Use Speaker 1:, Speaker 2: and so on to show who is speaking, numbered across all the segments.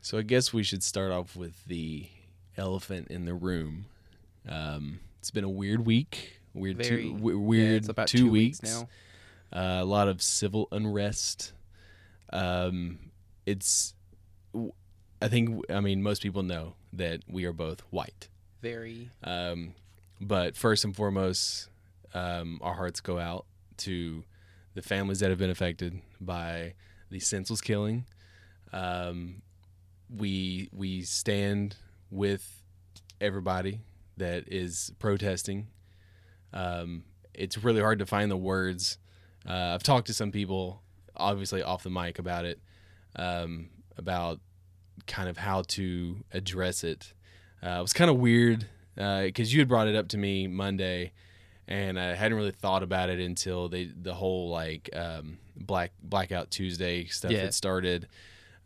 Speaker 1: So I guess we should start off with the elephant in the room. Um, it's been a weird week, weird
Speaker 2: Very-
Speaker 1: two, w-
Speaker 2: Yeah,
Speaker 1: weird
Speaker 2: it's about
Speaker 1: two, weeks.
Speaker 2: now.
Speaker 1: Uh, a lot of civil unrest. Um, it's, w- I think, I mean, most people know that we are both white.
Speaker 2: Very
Speaker 1: Um, but first and foremost, um, our hearts go out to the families that have been affected by the senseless killing. Um, we we stand with everybody that is protesting. Um, it's really hard to find the words. Uh, I've talked to some people, obviously off the mic, about it, um, about kind of how to address it. Uh, it was kind of weird because you had brought it up to me Monday, and I hadn't really thought about it until they the whole like um, black blackout Tuesday stuff
Speaker 2: Yeah.
Speaker 1: had started.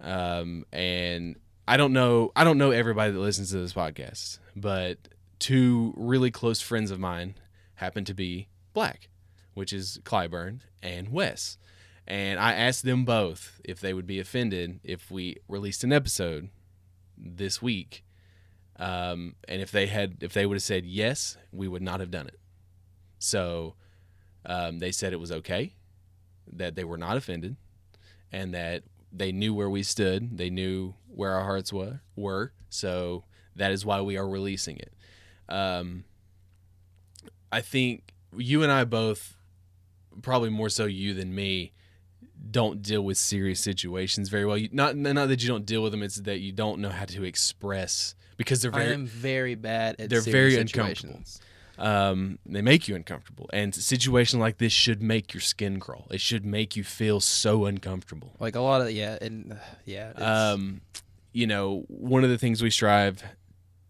Speaker 1: Um, and I don't know I don't know everybody that listens to this podcast, but two really close friends of mine happen to be black, which is Clyburn and Wes. And I asked them both if they would be offended if we released an episode this week. Um, and if they had, if they would have said yes, we would not have done it. So um, they said it was okay, that they were not offended, and that they knew where we stood. They knew where our hearts were. Were so that is why we are releasing it. Um, I think you and I both, probably more so you than me, don't deal with serious situations very well. You, not not that you don't deal with them; it's that you don't know how to express because they're
Speaker 2: I
Speaker 1: very
Speaker 2: am very bad at
Speaker 1: they're
Speaker 2: serious
Speaker 1: very uncomfortable.
Speaker 2: situations.
Speaker 1: um, they make you uncomfortable. And a situation like this should make your skin crawl. It should make you feel so uncomfortable.
Speaker 2: Like a lot of yeah, and uh, yeah. It's,
Speaker 1: Um, you know, one of the things we strive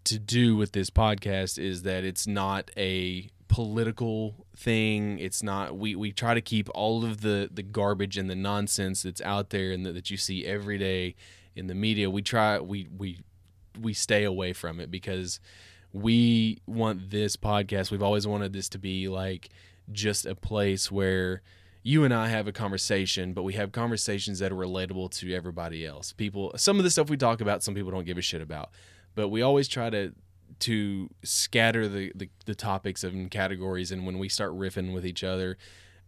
Speaker 1: to do with this podcast is that it's not a political thing. It's not we we try to keep all of the the garbage and the nonsense that's out there and that, that you see every day in the media. We try we we we stay away from it because we want this podcast. We've always wanted this to be like just a place where you and I have a conversation, but we have conversations that are relatable to everybody else. People, some of the stuff we talk about, some people don't give a shit about, but we always try to to scatter the the, the topics and categories. And when we start riffing with each other,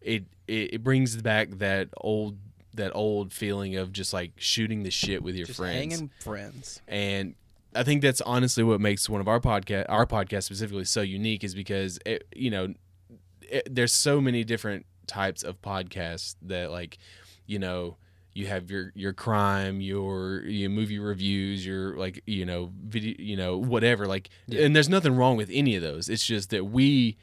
Speaker 1: it, it it brings back that old that old feeling of just like shooting the shit with your
Speaker 2: just
Speaker 1: friends
Speaker 2: hanging friends.
Speaker 1: and I think that's honestly what makes one of our podcast our podcast specifically so unique is because it, you know it, there's so many different types of podcasts that like you know you have your your crime your your movie reviews your like you know video you know whatever like and there's nothing wrong with any of those it's just that we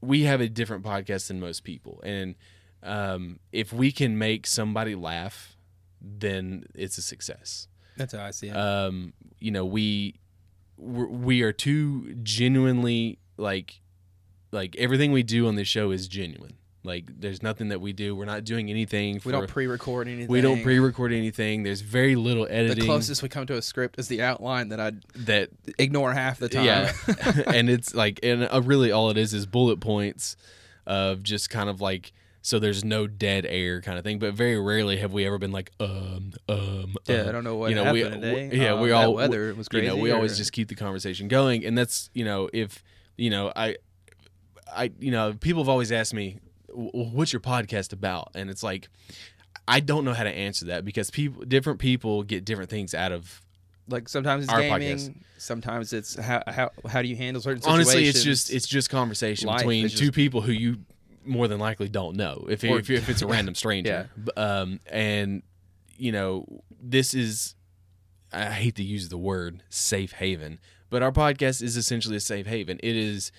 Speaker 1: we have a different podcast than most people and um, if we can make somebody laugh then it's a success
Speaker 2: That's how I see it.
Speaker 1: um, you know, we we're, we are two genuinely like like everything we do on this show is genuine. Like there's nothing that we do. We're not doing anything. For,
Speaker 2: we don't pre-record anything.
Speaker 1: we don't pre-record anything. There's very little
Speaker 2: The
Speaker 1: editing.
Speaker 2: closest we come to a script is the outline that I
Speaker 1: that
Speaker 2: ignore half the time.
Speaker 1: yeah, and it's like and uh, really all it is is bullet points of just kind of like so there's no dead air kind of thing. But very rarely have we ever been like um um
Speaker 2: yeah.
Speaker 1: um.
Speaker 2: I don't know what
Speaker 1: you know,
Speaker 2: happened
Speaker 1: we-
Speaker 2: today.
Speaker 1: we- yeah,
Speaker 2: Uh,
Speaker 1: we
Speaker 2: that
Speaker 1: all-
Speaker 2: weather was
Speaker 1: you
Speaker 2: crazy.
Speaker 1: know we
Speaker 2: or-
Speaker 1: always just keep the conversation going and that's you know if you know i i you know people have always asked me "W- w- what's your podcast about and it's like i don't know how to answer that because people different people get different things out of
Speaker 2: like sometimes it's
Speaker 1: our
Speaker 2: gaming.
Speaker 1: podcast.
Speaker 2: Sometimes it's how how how do you handle certain situations?
Speaker 1: honestly it's just it's just conversation
Speaker 2: Life
Speaker 1: between
Speaker 2: is
Speaker 1: two
Speaker 2: just-
Speaker 1: people who you more than likely don't know if
Speaker 2: Or-
Speaker 1: if, um, if it's a random stranger
Speaker 2: Yeah.
Speaker 1: B- um and you know this is I hate to use the word safe haven, but our podcast is essentially a safe haven. It is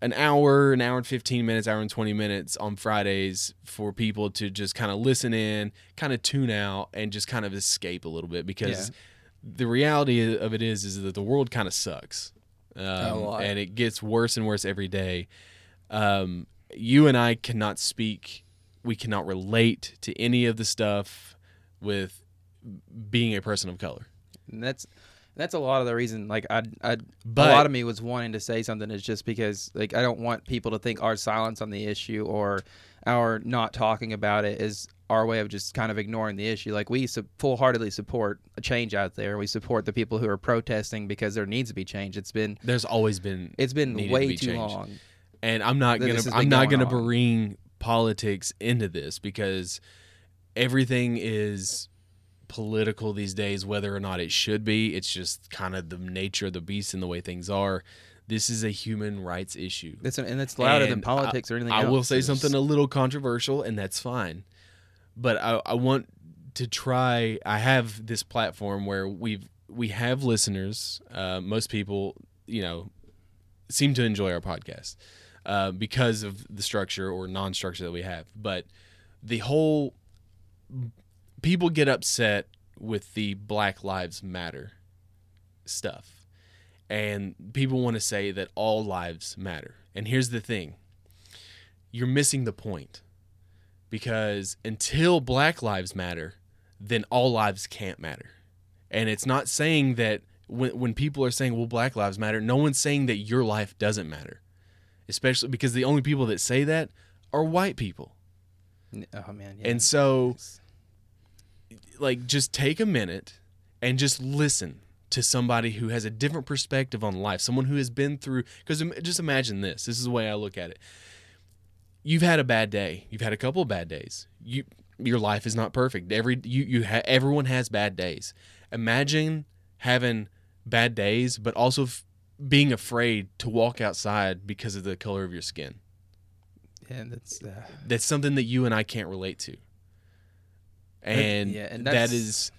Speaker 1: an hour, an hour and 15 minutes, hour and 20 minutes on Fridays for people to just kind of listen in, kind of tune out and just kind of escape a little bit because the reality of it is is that the world kind of sucks. Um,
Speaker 2: lot.
Speaker 1: and it gets worse and worse every day. Um, you and I cannot speak, we cannot relate to any of the stuff with being a person of color.
Speaker 2: And that's that's a lot of the reason. Like I, I
Speaker 1: But-
Speaker 2: a lot of me was wanting to say something is just because like I don't want people to think our silence on the issue or our not talking about it is our way of just kind of ignoring the issue. Like we su- full heartedly support a change out there. We support the people who are protesting because there needs to be change. It's been
Speaker 1: There's always been
Speaker 2: it's been
Speaker 1: Needed to
Speaker 2: way
Speaker 1: be
Speaker 2: too
Speaker 1: changed.
Speaker 2: long.
Speaker 1: and I'm not
Speaker 2: that
Speaker 1: gonna
Speaker 2: this has
Speaker 1: I'm
Speaker 2: been
Speaker 1: not
Speaker 2: going
Speaker 1: gonna
Speaker 2: on.
Speaker 1: bring politics into this because everything is political these days, whether or not it should be. It's just kind of the nature of the beast and the way things are. This is a human rights issue.
Speaker 2: That's and it's louder than
Speaker 1: And I-
Speaker 2: politics or anything.
Speaker 1: I
Speaker 2: else.
Speaker 1: will say
Speaker 2: It's
Speaker 1: something a little controversial, and that's fine. But I, I want to try. I have this platform where we've we have listeners. Uh, most people, you know, seem to enjoy our podcast uh, because of the structure or non-structure that we have. But the whole people get upset with the Black Lives Matter stuff. And people want to say that all lives matter. And here's the thing you're missing the point because until black lives matter then all lives can't matter and it's not saying that when, when people are saying well black lives matter no one's saying that your life doesn't matter especially because the only people that say that are white people
Speaker 2: Oh man. Yeah.
Speaker 1: and so like just take a minute and just listen to somebody who has a different perspective on life, someone who has been through cuz just imagine this. This is the way I look at it. You've had a bad day. You've had a couple of bad days. You your life is not perfect. Every you you ha, everyone has bad days. Imagine having bad days but also f- being afraid to walk outside because of the color of your skin
Speaker 2: and that's uh,
Speaker 1: that's something that you and I can't relate to. And,
Speaker 2: yeah, and
Speaker 1: that
Speaker 2: that's-
Speaker 1: is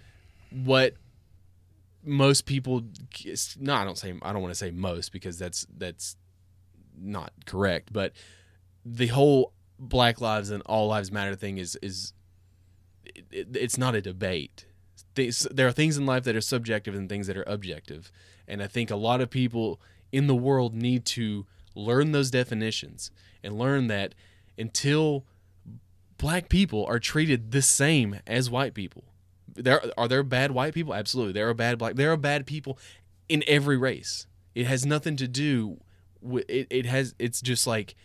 Speaker 1: what most people no, I don't say I don't want to say most because that's that's not correct, but the whole black lives and all lives matter thing is is it, it- it's not a debate. Things- There are things in life that are subjective and things that are objective. And I think a lot of people in the world need to learn those definitions and learn that until black people are treated the same as white people. There are there bad white people? Absolutely. There are bad black there are bad people in every race. It has nothing to do with it, it has it's just like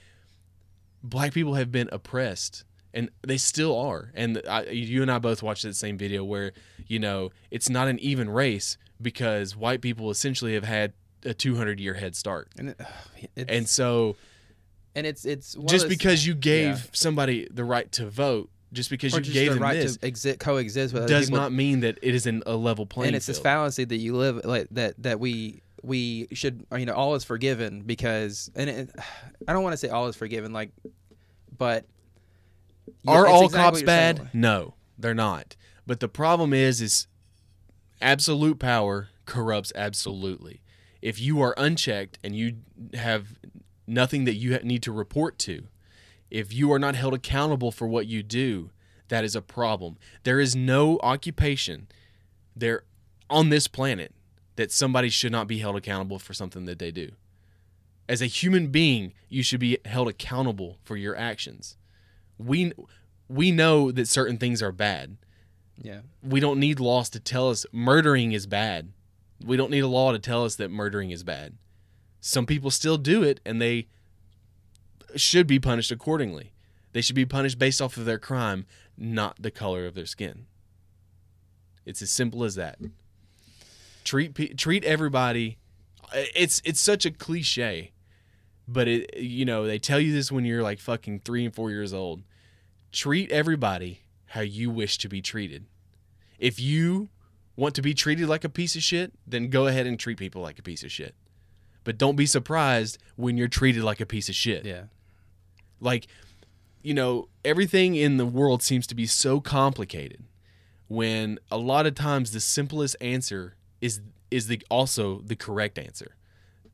Speaker 1: black people have been oppressed and they still are and I, you and i both watched that same video where you know it's not an even race because white people essentially have had a 200 year head start
Speaker 2: and it, it's,
Speaker 1: and so
Speaker 2: and it's it's one of
Speaker 1: just
Speaker 2: those-
Speaker 1: because you gave
Speaker 2: yeah.
Speaker 1: somebody the right to vote just because
Speaker 2: or
Speaker 1: you
Speaker 2: just
Speaker 1: gave
Speaker 2: the
Speaker 1: them
Speaker 2: right
Speaker 1: this
Speaker 2: to exi- coexist with other
Speaker 1: does
Speaker 2: people
Speaker 1: not mean that it is in a level playing
Speaker 2: and it's this
Speaker 1: field.
Speaker 2: fallacy that you live like that that we we should or, you know all is forgiven because and it, I don't want to say all is forgiven like but
Speaker 1: Are
Speaker 2: it's
Speaker 1: all
Speaker 2: exactly
Speaker 1: cops
Speaker 2: what you're saying.
Speaker 1: bad? No, they're not. But the problem is, is absolute power corrupts absolutely. If you are unchecked and you have nothing that you ha- need to report to, if you are not held accountable for what you do, that is a problem. There is no occupation there on this planet that somebody should not be held accountable for something that they do. As a human being, you should be held accountable for your actions. We we know that certain things are bad.
Speaker 2: yeah
Speaker 1: We don't need laws to tell us murdering is bad. We don't need a law to tell us that murdering is bad. Some people still do it and they should be punished accordingly. They should be punished based off of their crime, not the color of their skin. It's as simple as that. Treat pe- treat everybody. It's it's such a cliche, but it you know they tell you this when you're like fucking three and four years old. Treat everybody how you wish to be treated. If you want to be treated like a piece of shit, then go ahead and treat people like a piece of shit. But don't be surprised when you're treated like a piece of shit.
Speaker 2: yeah
Speaker 1: Like, you know, everything in the world seems to be so complicated. when a lot of times the simplest answer is is the also the correct answer.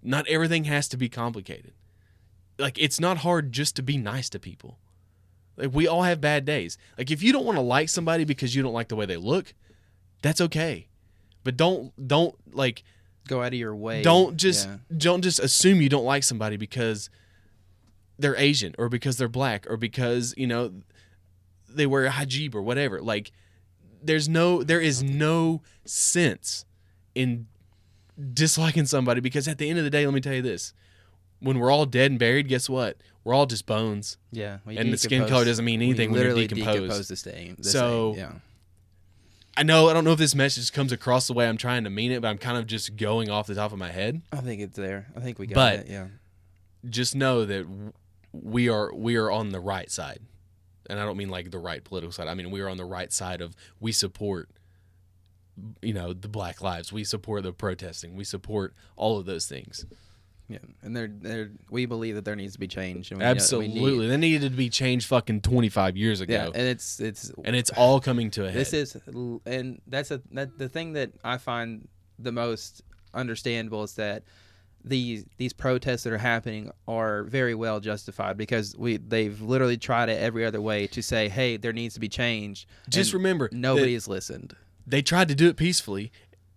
Speaker 1: Not everything has to be complicated. Like it's not hard just to be nice to people. Like we all have bad days. Like if you don't want to like somebody because you don't like the way they look, that's okay. But don't don't like
Speaker 2: Go out of your way.
Speaker 1: don't just
Speaker 2: Yeah.
Speaker 1: don't just assume you don't like somebody because they're Asian or because they're black or because you know they wear a hijab or whatever. Like there's no there is no sense in disliking somebody because at the end of the day, let me tell you this: when we're all dead and buried, guess what? We're all just bones,
Speaker 2: Yeah. when you
Speaker 1: and the skin
Speaker 2: decompose-
Speaker 1: color doesn't mean
Speaker 2: when you
Speaker 1: anything when,
Speaker 2: literally
Speaker 1: you're decomposed.
Speaker 2: the same. the
Speaker 1: So-
Speaker 2: same, yeah.
Speaker 1: I know I don't know if this message comes across the way I'm trying to mean it, but I'm kind of just going off the top of my head.
Speaker 2: I think it's there. I think we got
Speaker 1: But-
Speaker 2: it. Yeah.
Speaker 1: just know that w- we are we are on the right side and i don't mean like the right political side i mean we are on the right side of we support you know the black lives we support the protesting we support all of those things
Speaker 2: Yeah. And they're, they're, we believe that there needs to be change. And we-
Speaker 1: absolutely
Speaker 2: We need,
Speaker 1: they needed to be changed fucking 25 years
Speaker 2: yeah.
Speaker 1: ago
Speaker 2: And it's, it's,
Speaker 1: and it's all coming to a head
Speaker 2: This is, l- and that's a, that, the thing that I find the most understandable is that these these protests that are happening are very well justified because we they've literally tried it every other way to say, hey, there needs to be change.
Speaker 1: just
Speaker 2: and
Speaker 1: remember nobody
Speaker 2: nobody's listened
Speaker 1: they tried to do it peacefully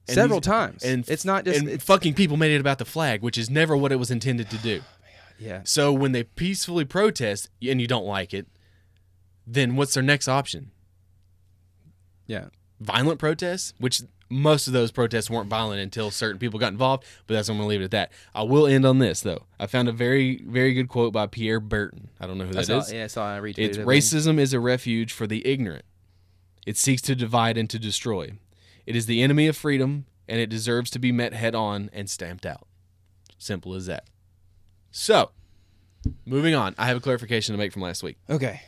Speaker 1: and
Speaker 2: several
Speaker 1: these-
Speaker 2: times,
Speaker 1: and
Speaker 2: it's not just
Speaker 1: and
Speaker 2: it's,
Speaker 1: fucking people made it about the flag which is never what it was intended to do
Speaker 2: yeah.
Speaker 1: So when they peacefully protest and you don't like it, then what's their next option?
Speaker 2: Yeah.
Speaker 1: Violent protests, which most of those protests weren't violent until certain people got involved, but that's I'm gonna leave it at that. I will end on this though. I found a very, very good quote by Pierre Burton. I don't know who that
Speaker 2: I
Speaker 1: is.
Speaker 2: saw, yeah, I saw. I retweeted
Speaker 1: It's
Speaker 2: it.
Speaker 1: racism is a refuge for the ignorant. It seeks to divide and to destroy. It is the enemy of freedom, and it deserves to be met head on and stamped out. Simple as that. So, moving on, I have a clarification to make from last week.
Speaker 2: Okay.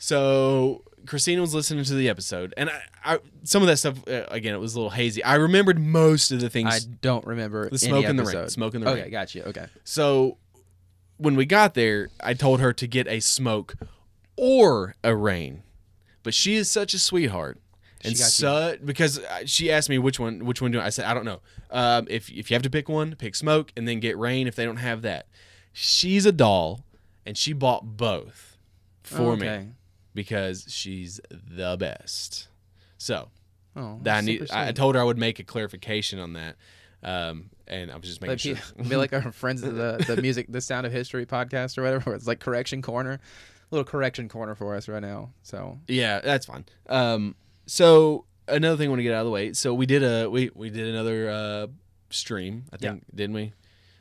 Speaker 1: So Christina was listening to the episode, and I, I some of that stuff uh, again it was a little hazy. I remembered most of the things.
Speaker 2: I don't remember.
Speaker 1: The smoke
Speaker 2: any
Speaker 1: in the ring.
Speaker 2: episode.
Speaker 1: Smoke in the
Speaker 2: okay,
Speaker 1: ring.
Speaker 2: got you. Okay.
Speaker 1: So when we got there, I told her to get a smoke or a rain, but she is such a sweetheart. And
Speaker 2: She got you.
Speaker 1: so, because uh, she asked me which one, which one do I, I said I don't know. Um, if if you have to pick one, pick smoke, and then get rain if they don't have that. She's a doll, and she bought both for me
Speaker 2: okay.
Speaker 1: because she's the best. So
Speaker 2: Oh,
Speaker 1: that I
Speaker 2: that's
Speaker 1: need.
Speaker 2: super
Speaker 1: I I
Speaker 2: sweet.
Speaker 1: told her I would make a clarification on that, um, and I was just making
Speaker 2: like
Speaker 1: sure.
Speaker 2: pe- be like our friends of the the music, the Sound of History podcast or whatever. Where it's like correction corner, little correction corner for us right now. So
Speaker 1: Yeah, that's fine. Um, so another thing I want to get out of the way. So we did a we we did another uh stream. I
Speaker 2: Yeah.
Speaker 1: think didn't we?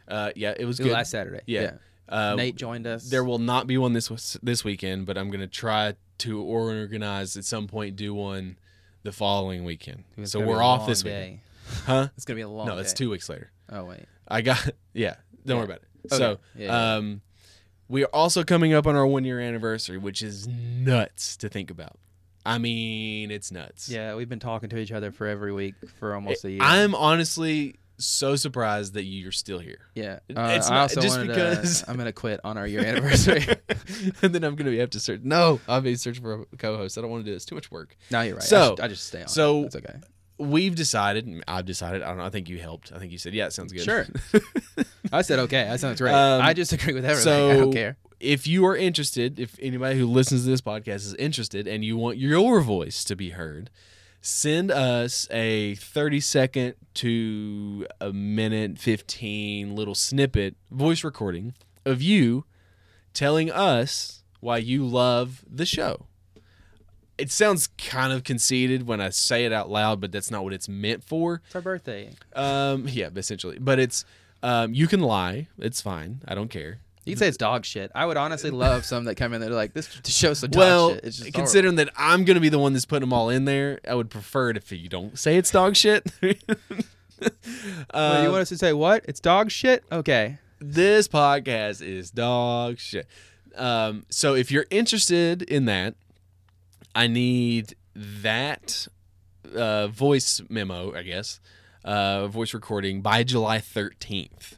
Speaker 1: Uh, yeah, it was
Speaker 2: it
Speaker 1: good.
Speaker 2: was last Saturday,
Speaker 1: Yeah. uh,
Speaker 2: Nate joined us.
Speaker 1: There will not be one this was- this weekend, but I'm gonna try to organize at some point. Do one the following weekend.
Speaker 2: It's
Speaker 1: So
Speaker 2: gonna be
Speaker 1: we're
Speaker 2: a
Speaker 1: off
Speaker 2: long
Speaker 1: this weekend,
Speaker 2: day.
Speaker 1: huh?
Speaker 2: It's gonna be a long.
Speaker 1: No, it's
Speaker 2: day.
Speaker 1: two weeks later.
Speaker 2: Oh wait.
Speaker 1: I got yeah. Don't worry about it.
Speaker 2: Okay.
Speaker 1: So,
Speaker 2: Yeah, yeah,
Speaker 1: um, we are also coming up on our one year anniversary, which is nuts to think about. I mean, it's nuts.
Speaker 2: Yeah, Eh, we've been talking to each other for every week for almost a year.
Speaker 1: I'm honestly so surprised that you're still here.
Speaker 2: yeah,
Speaker 1: It's
Speaker 2: uh,
Speaker 1: not-
Speaker 2: I also
Speaker 1: just
Speaker 2: wanted
Speaker 1: because-
Speaker 2: to, I'm gonna quit on our year anniversary.
Speaker 1: and then I'm gonna be have to search. No, I'll be searching for a co-host. I don't want to do this. Too much work.
Speaker 2: no, you're right. I,
Speaker 1: So-
Speaker 2: should- I just stay on.
Speaker 1: so-
Speaker 2: it's okay.
Speaker 1: We've decided. and I've decided. I don't know. I think you helped. I think you said, "Yeah, it sounds good."
Speaker 2: Sure. I said okay. That sounds great.
Speaker 1: Um,
Speaker 2: I just agree with everything. I
Speaker 1: so-
Speaker 2: don't care.
Speaker 1: if you are interested, if anybody who listens to this podcast is interested and you want your voice to be heard, send us a 30 second to a minute 15 little snippet voice recording of you telling us why you love the show. It sounds kind of conceited when I say it out loud, but that's not what it's meant for.
Speaker 2: It's our birthday.
Speaker 1: Um, yeah, essentially. But it's um, you can lie. It's fine. I don't care.
Speaker 2: You can say it's dog shit. I would honestly love some that come in there like this show's some dog
Speaker 1: well,
Speaker 2: shit. It's just
Speaker 1: considering that I'm going to be the one that's putting them all in there, I would prefer it if you don't say it's dog shit.
Speaker 2: horrible. Wait,
Speaker 1: Um,
Speaker 2: you want us to say what? It's dog shit. Okay.
Speaker 1: this podcast is dog shit. Um, so if you're interested in that, I need that uh, voice memo, I guess, uh, voice recording by July 13th,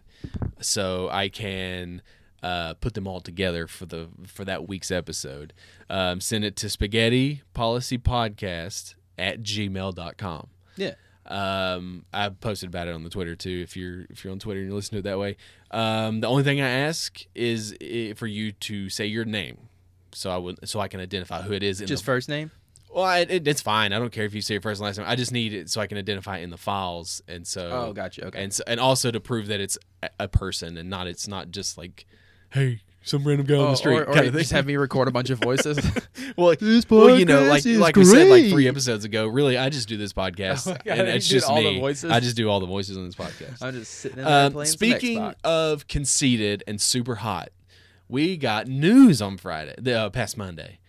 Speaker 1: so I can uh, put them all together for the for that week's episode. Um, send it to Spaghetti Policy Podcast at gmail.com.
Speaker 2: Yeah.
Speaker 1: Um, I posted about it on the Twitter too. If you're if you're on Twitter and you listen to it that way, um, the only thing I ask is i for you to say your name, so I would so I can identify who it is. In
Speaker 2: Just
Speaker 1: the,
Speaker 2: first name.
Speaker 1: well, I- it, it's fine. I don't care if you say your first and last name. I just need it so I can identify it in the files, and so
Speaker 2: Oh, gotcha. Okay.
Speaker 1: Uh, and so, and also to prove that it's a- a person and not it's not just like, hey, some random guy on
Speaker 2: Oh,
Speaker 1: the street
Speaker 2: or, or
Speaker 1: kind
Speaker 2: you
Speaker 1: of thing.
Speaker 2: just have me record a bunch of voices.
Speaker 1: well,
Speaker 2: this
Speaker 1: well, you know, like
Speaker 2: podcast is
Speaker 1: like we said like three
Speaker 2: great.
Speaker 1: episodes ago. Really, I just do this podcast,
Speaker 2: Oh my God,
Speaker 1: and
Speaker 2: you
Speaker 1: it's
Speaker 2: did
Speaker 1: just
Speaker 2: all the
Speaker 1: me.
Speaker 2: voices?
Speaker 1: I just do all the voices on this podcast.
Speaker 2: I'm just sitting in there
Speaker 1: Um,
Speaker 2: playing
Speaker 1: speaking
Speaker 2: some Xbox.
Speaker 1: of conceited and super hot, we got news on Friday, the uh, past Monday.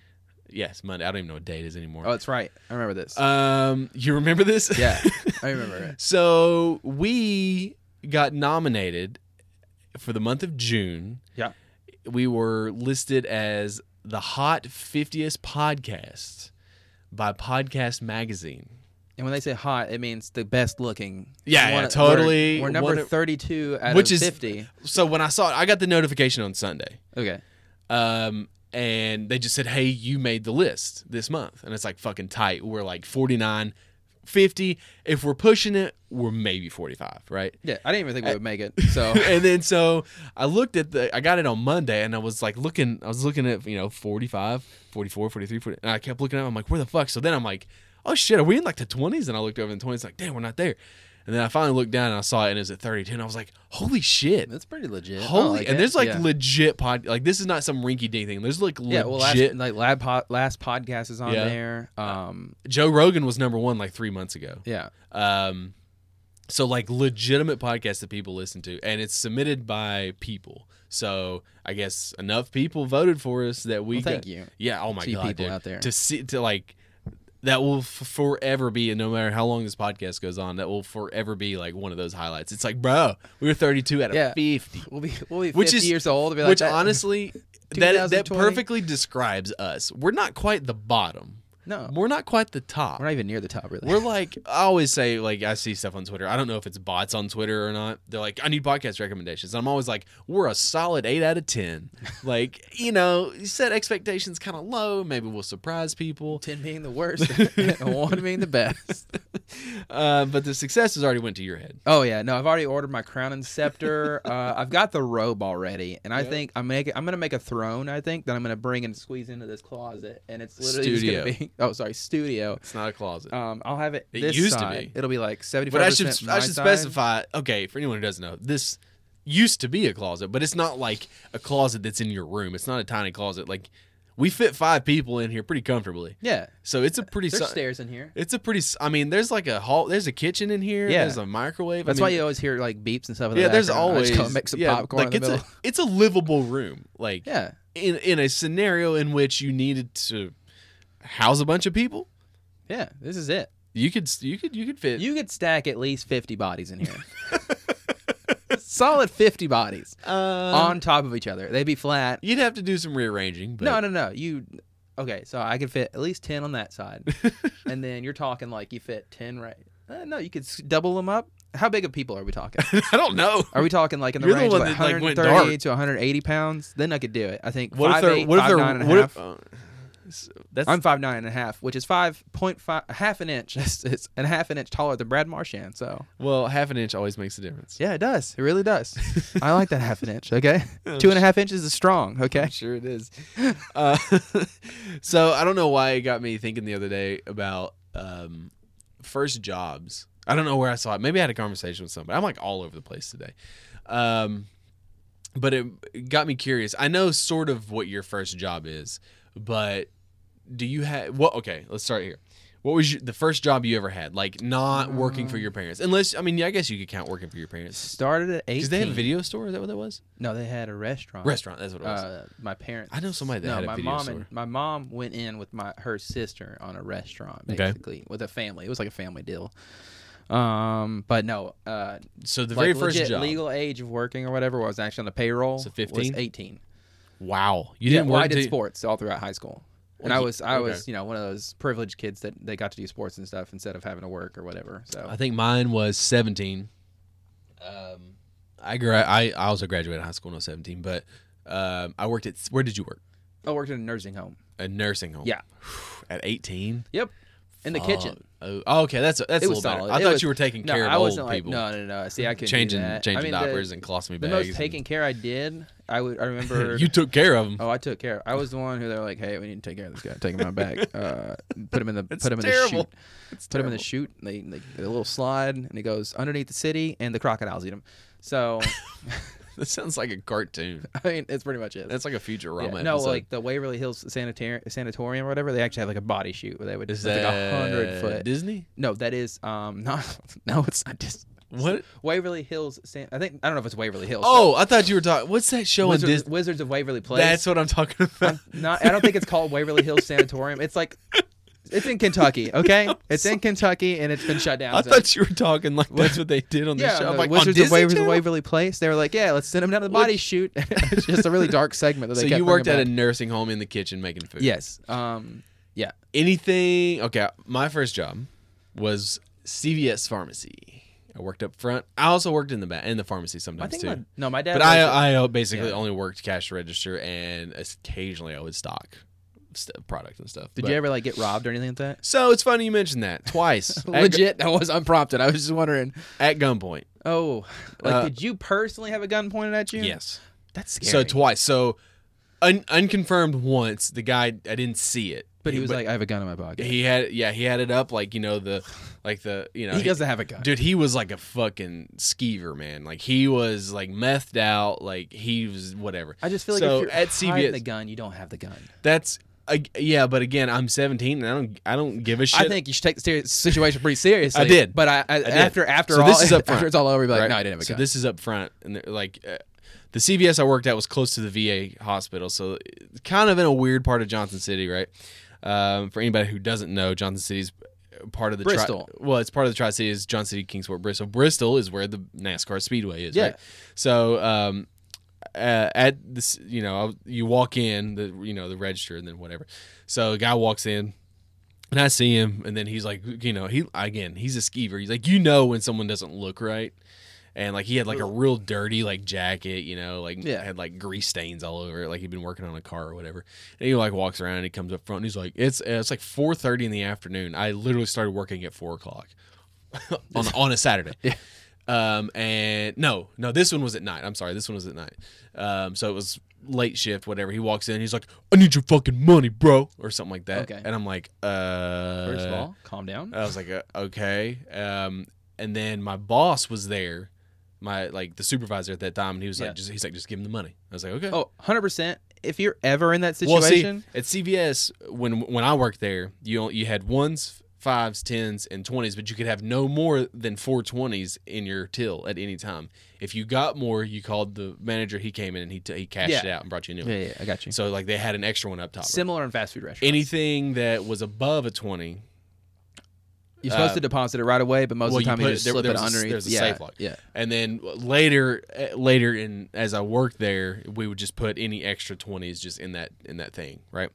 Speaker 1: Yes, Monday. I don't even know what date it is anymore.
Speaker 2: Oh, that's right. I remember this.
Speaker 1: um, you remember this?
Speaker 2: yeah, I remember it.
Speaker 1: So we got nominated for the month of June.
Speaker 2: Yeah.
Speaker 1: We were listed as the hot 50th podcast by Podcast Magazine.
Speaker 2: And when they say hot, it means the best looking.
Speaker 1: Yeah, yeah,
Speaker 2: One- we're-
Speaker 1: totally.
Speaker 2: We're, number
Speaker 1: One of-
Speaker 2: 32 out
Speaker 1: Which
Speaker 2: of
Speaker 1: is-
Speaker 2: 50.
Speaker 1: So when I saw it, I got the notification on Sunday.
Speaker 2: Okay.
Speaker 1: Um, and they just said, hey, you made the list this month. And it's like fucking tight. We're like 49, 50. If we're pushing it, we're maybe 45, right?
Speaker 2: Yeah, I didn't even think we would make it. So
Speaker 1: and then so I looked at the I got it on Monday and I was like looking I was looking at you know 45 44 43 40, and I kept looking at it, I'm like where the fuck so then I'm like oh shit are we in like the 20s and I looked over in the 20s like damn we're not there and then I finally looked down and I saw it and it was at 32 and I was like holy shit
Speaker 2: that's pretty legit. I
Speaker 1: holy
Speaker 2: like
Speaker 1: and
Speaker 2: it.
Speaker 1: there's like
Speaker 2: yeah.
Speaker 1: legit pod like this is not some rinky dink thing there's like
Speaker 2: yeah,
Speaker 1: legit
Speaker 2: well, last, like lab po- last podcast is on
Speaker 1: Yeah.
Speaker 2: there. Um,
Speaker 1: Joe Rogan was number 1 like 3 months ago
Speaker 2: yeah,
Speaker 1: Um, so like legitimate podcasts that people listen to, and it's submitted by people. So I guess enough people voted for us that we
Speaker 2: Well, thank
Speaker 1: got-
Speaker 2: you.
Speaker 1: Yeah. Oh my
Speaker 2: To you
Speaker 1: god,
Speaker 2: people
Speaker 1: dude.
Speaker 2: out there.
Speaker 1: to see to like that will f- forever be, and no matter how long this podcast goes on, that will forever be like one of those highlights. It's like, bro, we were 32 out of
Speaker 2: Yeah.
Speaker 1: 50,
Speaker 2: we'll be we'll be 50
Speaker 1: Which is-
Speaker 2: years old. to Be like
Speaker 1: which
Speaker 2: that.
Speaker 1: honestly. That, that
Speaker 2: 2020.
Speaker 1: perfectly describes us. We're not quite the bottom.
Speaker 2: no,
Speaker 1: We're not quite the top.
Speaker 2: we're not even near the top really.
Speaker 1: We're like, I always say, like, I see stuff on Twitter. I don't know if it's bots on Twitter or not. They're like, I need podcast recommendations. I'm always like, we're a solid eight out of 10. Like, you know, you set expectations kind of low. Maybe we'll surprise people.
Speaker 2: ten being the worst, and one being the best.
Speaker 1: Uh, but the success has already went to your head.
Speaker 2: Oh yeah, no, I've already ordered my crown and scepter. uh, I've got the robe already, and I think I'm making I'm gonna make a throne. I think that I'm gonna bring and squeeze into this closet, and it's literally just gonna
Speaker 1: Studio.
Speaker 2: be oh sorry studio.
Speaker 1: It's not a closet.
Speaker 2: Um, I'll have it.
Speaker 1: It
Speaker 2: this
Speaker 1: used to
Speaker 2: side.
Speaker 1: be.
Speaker 2: It'll be like seventy five.
Speaker 1: but I should, I should specify, okay, for anyone who doesn't know, this used to be a closet, but it's not like a closet that's in your room. It's not a tiny closet. Like, we fit five people in here pretty comfortably.
Speaker 2: Yeah,
Speaker 1: So it's a pretty
Speaker 2: there's
Speaker 1: si-
Speaker 2: stairs in here.
Speaker 1: It's a pretty. s- I mean, there's like a hall. There's a kitchen in here.
Speaker 2: Yeah.
Speaker 1: There's a microwave.
Speaker 2: That's
Speaker 1: I
Speaker 2: why
Speaker 1: mean,
Speaker 2: you always hear like beeps and stuff. In
Speaker 1: Yeah,
Speaker 2: the
Speaker 1: there's
Speaker 2: background. I
Speaker 1: always
Speaker 2: just go make some
Speaker 1: yeah,
Speaker 2: popcorn
Speaker 1: Like
Speaker 2: in the
Speaker 1: it's
Speaker 2: middle.
Speaker 1: a it's a livable room. Like
Speaker 2: yeah,
Speaker 1: in in a scenario in which you needed to house a bunch of people,
Speaker 2: yeah. This is it.
Speaker 1: you could s- you could you could fit.
Speaker 2: You could stack at least fifty bodies in here. Solid fifty bodies
Speaker 1: uh,
Speaker 2: on top of each other. They'd be flat.
Speaker 1: you'd have to do some rearranging. But
Speaker 2: No, no, no. You okay? So I could fit at least ten on that side, and then you're talking like you fit ten right. Uh, no, you could s- double them up. How big of people are we talking?
Speaker 1: I don't know.
Speaker 2: Are we talking like in the
Speaker 1: You're the
Speaker 2: range
Speaker 1: one
Speaker 2: of like
Speaker 1: that, like, went
Speaker 2: 130
Speaker 1: dark.
Speaker 2: to 180 pounds? Then I could do it. I think
Speaker 1: What if
Speaker 2: five,
Speaker 1: they're
Speaker 2: eight,
Speaker 1: what if
Speaker 2: five,
Speaker 1: they're
Speaker 2: nine and a
Speaker 1: what
Speaker 2: half.
Speaker 1: if uh, so that's
Speaker 2: I'm five nine and a half, which is five point five, a half an inch. It's, it's and a half an inch taller than Brad Marchand. So
Speaker 1: well half an inch always makes a difference.
Speaker 2: yeah, it does. It really does. I like that half an inch. Okay, two and a half inches is strong. Okay,
Speaker 1: I'm sure it is. Uh, so I don't know why it got me thinking the other day about um, first jobs. I don't know where I saw it. Maybe I had a conversation with somebody. I'm like all over the place today. Um, but it, it got me curious. I know sort of what your first job is, but do you have what? Okay, let's start here. What was your, the first job you ever had? Like not working for
Speaker 2: Um,
Speaker 1: your parents, unless I mean, yeah, I guess you could count working for your parents.
Speaker 2: started at 18.
Speaker 1: Did they have a video store? Is that what that was?
Speaker 2: No, they had a restaurant.
Speaker 1: Restaurant. That's what it was.
Speaker 2: uh, my parents.
Speaker 1: I know somebody that
Speaker 2: no,
Speaker 1: had a
Speaker 2: my
Speaker 1: video
Speaker 2: mom
Speaker 1: store.
Speaker 2: And, my mom went in with my her sister on a restaurant
Speaker 1: Okay.
Speaker 2: basically with a family. It was like a family deal. Um, but no, uh,
Speaker 1: so the
Speaker 2: like,
Speaker 1: very first
Speaker 2: legit
Speaker 1: job.
Speaker 2: legal age of working or whatever was actually on the payroll.
Speaker 1: So
Speaker 2: was
Speaker 1: 15?
Speaker 2: eighteen.
Speaker 1: Wow, you
Speaker 2: Yeah,
Speaker 1: didn't
Speaker 2: well,
Speaker 1: work
Speaker 2: I did
Speaker 1: until-
Speaker 2: sports all throughout high school, and
Speaker 1: Well,
Speaker 2: I
Speaker 1: you-
Speaker 2: was I
Speaker 1: okay.
Speaker 2: was you know one of those privileged kids that they got to do sports and stuff instead of having to work or whatever. So
Speaker 1: I think mine was seventeen. Um, I gra- I, I also graduated high school when I was seventeen, but um, I worked at where did you work?
Speaker 2: I worked in a nursing home.
Speaker 1: A nursing home.
Speaker 2: Yeah.
Speaker 1: At eighteen.
Speaker 2: Yep. in the kitchen.
Speaker 1: Oh, oh, okay, that's that's
Speaker 2: It
Speaker 1: a
Speaker 2: was
Speaker 1: little better.
Speaker 2: solid.
Speaker 1: I
Speaker 2: It
Speaker 1: thought
Speaker 2: was-
Speaker 1: you were taking
Speaker 2: No,
Speaker 1: care of
Speaker 2: I
Speaker 1: old
Speaker 2: wasn't
Speaker 1: people,
Speaker 2: like no, no, no. See, I couldn't
Speaker 1: changing
Speaker 2: do that.
Speaker 1: changing
Speaker 2: I mean, the-
Speaker 1: diapers and colostomy
Speaker 2: The,
Speaker 1: bags.
Speaker 2: most
Speaker 1: and-
Speaker 2: taking care I did, I would. I remember
Speaker 1: you took care of them.
Speaker 2: Oh, I took care. I was the one who they were like, "Hey, we need to take care of this guy. Take him out back. Uh, put him in the
Speaker 1: That's
Speaker 2: put him in the
Speaker 1: terrible.
Speaker 2: chute. put him in the chute. And they, they a little slide, and it goes underneath the city, and the crocodiles eat him. So,
Speaker 1: That sounds like a cartoon.
Speaker 2: I mean, it's pretty much it.
Speaker 1: That's like a Futurama.
Speaker 2: Yeah, no,
Speaker 1: episode.
Speaker 2: like the Waverly Hills Sanitar- Sanatorium or whatever, they actually have like a body shoot where they would
Speaker 1: is
Speaker 2: it's
Speaker 1: that
Speaker 2: like a hundred foot.
Speaker 1: Disney?
Speaker 2: no, that is um not no, it's not just
Speaker 1: What?
Speaker 2: Waverly Hills. San- I think I don't know if it's Waverly Hills.
Speaker 1: Oh, I thought you were talking. What's that show on
Speaker 2: Wizards,
Speaker 1: Disney?
Speaker 2: Wizards of Waverly Place.
Speaker 1: That's what I'm talking about.
Speaker 2: Not, I don't think it's called Waverly Hills Sanatorium. It's like, it's in Kentucky. Okay, it's in Kentucky, and it's been shut down.
Speaker 1: I
Speaker 2: so-
Speaker 1: thought you were talking like that's what they did on the
Speaker 2: yeah, "Oh,
Speaker 1: show.
Speaker 2: the
Speaker 1: I'm like,
Speaker 2: Wizards
Speaker 1: on
Speaker 2: of Waverly,
Speaker 1: Disney Channel?
Speaker 2: Waverly Place. They were like, yeah, let's send them down to the body shoot. it's just a really dark segment. That
Speaker 1: So
Speaker 2: they kept
Speaker 1: you worked at a
Speaker 2: bringing back.
Speaker 1: nursing home in the kitchen making food.
Speaker 2: yes, um, yeah.
Speaker 1: Anything? Okay. My first job was CVS pharmacy. I worked up front. I also worked in the ba- in the pharmacy
Speaker 2: I
Speaker 1: sometimes
Speaker 2: think
Speaker 1: too.
Speaker 2: my, no, my dad.
Speaker 1: but
Speaker 2: worked at-
Speaker 1: I, I basically
Speaker 2: yeah.
Speaker 1: only worked cash register and occasionally I would stock st- product and stuff.
Speaker 2: Did
Speaker 1: But-
Speaker 2: you ever like get robbed or anything like that?
Speaker 1: So it's funny you mentioned that twice at, gu-
Speaker 2: Legit, that was unprompted. I was just wondering.
Speaker 1: at gunpoint.
Speaker 2: Oh, like
Speaker 1: Uh,
Speaker 2: did you personally have a gun pointed at you?
Speaker 1: Yes.
Speaker 2: that's scary.
Speaker 1: So twice. So un- unconfirmed once. The guy I didn't see it,
Speaker 2: but he was like, "I have a gun in my pocket."
Speaker 1: he had yeah he had it up like you know the like the you know
Speaker 2: he
Speaker 1: he-
Speaker 2: doesn't have a gun.
Speaker 1: Dude, he was like a fucking skeever, man. Like he was like methed out, like he was whatever.
Speaker 2: I just feel like
Speaker 1: so
Speaker 2: if you're
Speaker 1: at CVS,
Speaker 2: hiding the gun, you don't have the gun.
Speaker 1: that's I yeah. But again, I'm 17 and I don't I don't give a shit.
Speaker 2: I think you should take the seri- situation pretty seriously.
Speaker 1: I did.
Speaker 2: but I, I, after after
Speaker 1: So
Speaker 2: all,
Speaker 1: this is up front,
Speaker 2: after it's all over, you're like,
Speaker 1: right?
Speaker 2: no, I didn't have a
Speaker 1: so
Speaker 2: gun.
Speaker 1: this is up front, and they're, like uh, the CVS I worked at was close to the VA hospital, so it's kind of in a weird part of Johnson City, right? Um, for anybody who doesn't know, Johnson City's part of the tri-
Speaker 2: Bristol.
Speaker 1: well, it's part of the Tri Cities, Johnson City, Kingsport, Bristol. Bristol is where the NASCAR Speedway is.
Speaker 2: Yeah.
Speaker 1: Right? So um, uh, at this, you know, you walk in the you know the register and then whatever. So a guy walks in. And I see him, and then he's like, you know, he again, he's a skeever. He's like, you know, when someone doesn't look right, and like he had like a real dirty like jacket, you know, like
Speaker 2: Yeah.
Speaker 1: had like grease stains all over it, like he'd been working on a car or whatever. And he like walks around and he comes up front and he's like, it's uh, it's like four thirty in the afternoon. I literally started working at four o'clock on on a Saturday. yeah. Um and no no this one was at night I'm sorry this one was at night um so it was late shift whatever he walks in he's like I need your fucking money bro or something like that
Speaker 2: Okay.
Speaker 1: and I'm like uh
Speaker 2: First of all, calm down.
Speaker 1: I was like, uh, okay. Um, and then my boss was there, my like the supervisor at that time, and he was
Speaker 2: Yeah.
Speaker 1: like, just, he's like, just give him the money. I was like, okay.
Speaker 2: oh, 100 percent. If you're ever in that
Speaker 1: well, see,
Speaker 2: situation,
Speaker 1: at CVS when when I worked there, you only- you had ones, fives, tens, and twenties, but you could have no more than four twenties in your till at any time. If you got more, you called the manager. He came in and he t- he cashed
Speaker 2: Yeah.
Speaker 1: it out and brought you a new.
Speaker 2: yeah,
Speaker 1: one.
Speaker 2: yeah, I got you.
Speaker 1: So like they had an extra one up top.
Speaker 2: Similar in fast food restaurants.
Speaker 1: Anything that was above a twenty,
Speaker 2: you're supposed
Speaker 1: uh,
Speaker 2: to deposit it right away, but most
Speaker 1: well,
Speaker 2: of
Speaker 1: you
Speaker 2: the time you,
Speaker 1: put-
Speaker 2: just
Speaker 1: there-
Speaker 2: slip
Speaker 1: there
Speaker 2: it
Speaker 1: was a s-
Speaker 2: underneath.
Speaker 1: there's a
Speaker 2: yeah,
Speaker 1: safe lock.
Speaker 2: yeah.
Speaker 1: And then later, eh, later in as I worked there, we would just put any extra twenties just in that in that thing, right?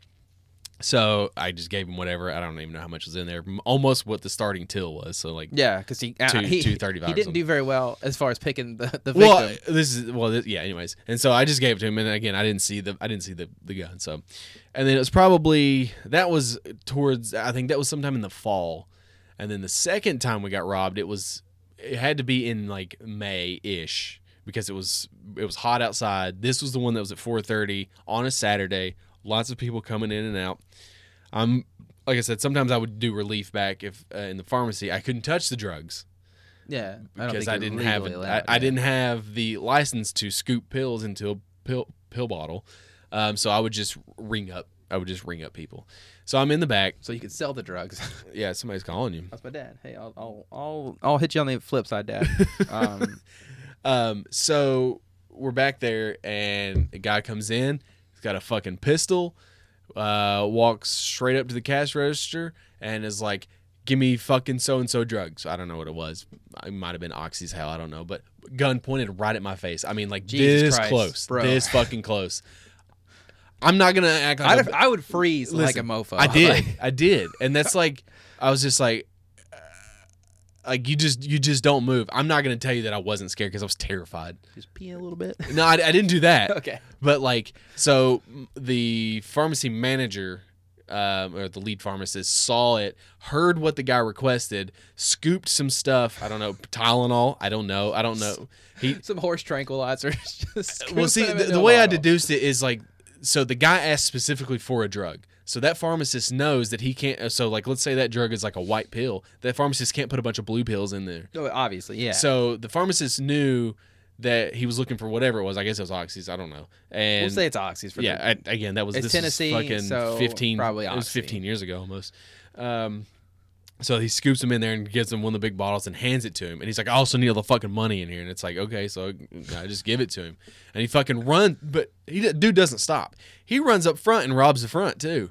Speaker 1: So I just gave him whatever. I don't even know how much was in there. M- Almost what the starting till was. So like,
Speaker 2: Yeah, because he, uh,
Speaker 1: Two-
Speaker 2: he,
Speaker 1: two 35
Speaker 2: he
Speaker 1: or
Speaker 2: didn't
Speaker 1: something.
Speaker 2: do very well as far as picking the, the victim.
Speaker 1: well, eh, this is well, this, yeah. Anyways, and so I just gave it to him, and again, I didn't see the I didn't see the the gun. So, and then it was probably that was towards I think that was sometime in the fall, and then the second time we got robbed, it was it had to be in like May ish because it was it was hot outside. This was the one that was at 4:30 on a Saturday. Lots of people coming in and out. I'm like I said, sometimes I would do relief back if uh, in the pharmacy I couldn't touch the drugs
Speaker 2: yeah, I don't
Speaker 1: because
Speaker 2: think
Speaker 1: I,
Speaker 2: you're
Speaker 1: didn't have
Speaker 2: legally
Speaker 1: a-
Speaker 2: allowed,
Speaker 1: I, I
Speaker 2: yeah.
Speaker 1: didn't have the license to scoop pills into a pill pill bottle. Um, so I would just ring up. I would just ring up people. So I'm in the back.
Speaker 2: So you could sell the drugs.
Speaker 1: Yeah, somebody's calling you.
Speaker 2: That's my dad. Hey, I'll, I'll, I'll, I'll hit you on the flip side, Dad. Um,
Speaker 1: Um, so we're back there, and a guy comes in. He's got a fucking pistol. Uh, walks straight up to the cash register and is like, "Give me fucking so and so drugs." I don't know what it was. It might have been Oxy's hell. I don't know. But gun pointed right at my face. I mean, like
Speaker 2: Jesus
Speaker 1: this
Speaker 2: Christ,
Speaker 1: close,
Speaker 2: bro.
Speaker 1: this fucking close. I'm not gonna act like
Speaker 2: I'd
Speaker 1: a-
Speaker 2: have- I would freeze like a
Speaker 1: Listen,
Speaker 2: mofo.
Speaker 1: I did.
Speaker 2: Like,
Speaker 1: I did. And that's like I was just like uh, like you just you just don't move. I'm not gonna tell you that I wasn't scared because I was terrified.
Speaker 2: just pee a little bit.
Speaker 1: No, I, I didn't do that.
Speaker 2: okay.
Speaker 1: But like so, m- the pharmacy manager um, or the lead pharmacist saw it, heard what the guy requested, scooped some stuff. I don't know Tylenol. I don't know. I don't know. He
Speaker 2: Some horse tranquilizers. Just
Speaker 1: well,
Speaker 2: scoop
Speaker 1: see,
Speaker 2: them
Speaker 1: the,
Speaker 2: into
Speaker 1: the
Speaker 2: a
Speaker 1: way I
Speaker 2: bottle.
Speaker 1: deduced it is like, so the guy asked specifically for a drug. So that pharmacist knows that he can't. So like, let's say that drug is like a white pill. That pharmacist can't put a bunch of blue pills in there.
Speaker 2: No, obviously, yeah.
Speaker 1: So the pharmacist knew that he was looking for whatever it was. I guess it was oxys. I don't know. And
Speaker 2: we'll say it's oxys for
Speaker 1: yeah, I, again, that was
Speaker 2: It's
Speaker 1: this
Speaker 2: Tennessee,
Speaker 1: Is fucking
Speaker 2: so
Speaker 1: fifteen.
Speaker 2: probably
Speaker 1: it was
Speaker 2: Oxy.
Speaker 1: fifteen years ago almost. Um, so he scoops him in there and gives him one of the big bottles and hands it to him. And he's like, "I also need all the fucking money in here." And it's like, "Okay, so I just give it to him." And he fucking runs, but he dude doesn't stop. He runs up front and robs the front too.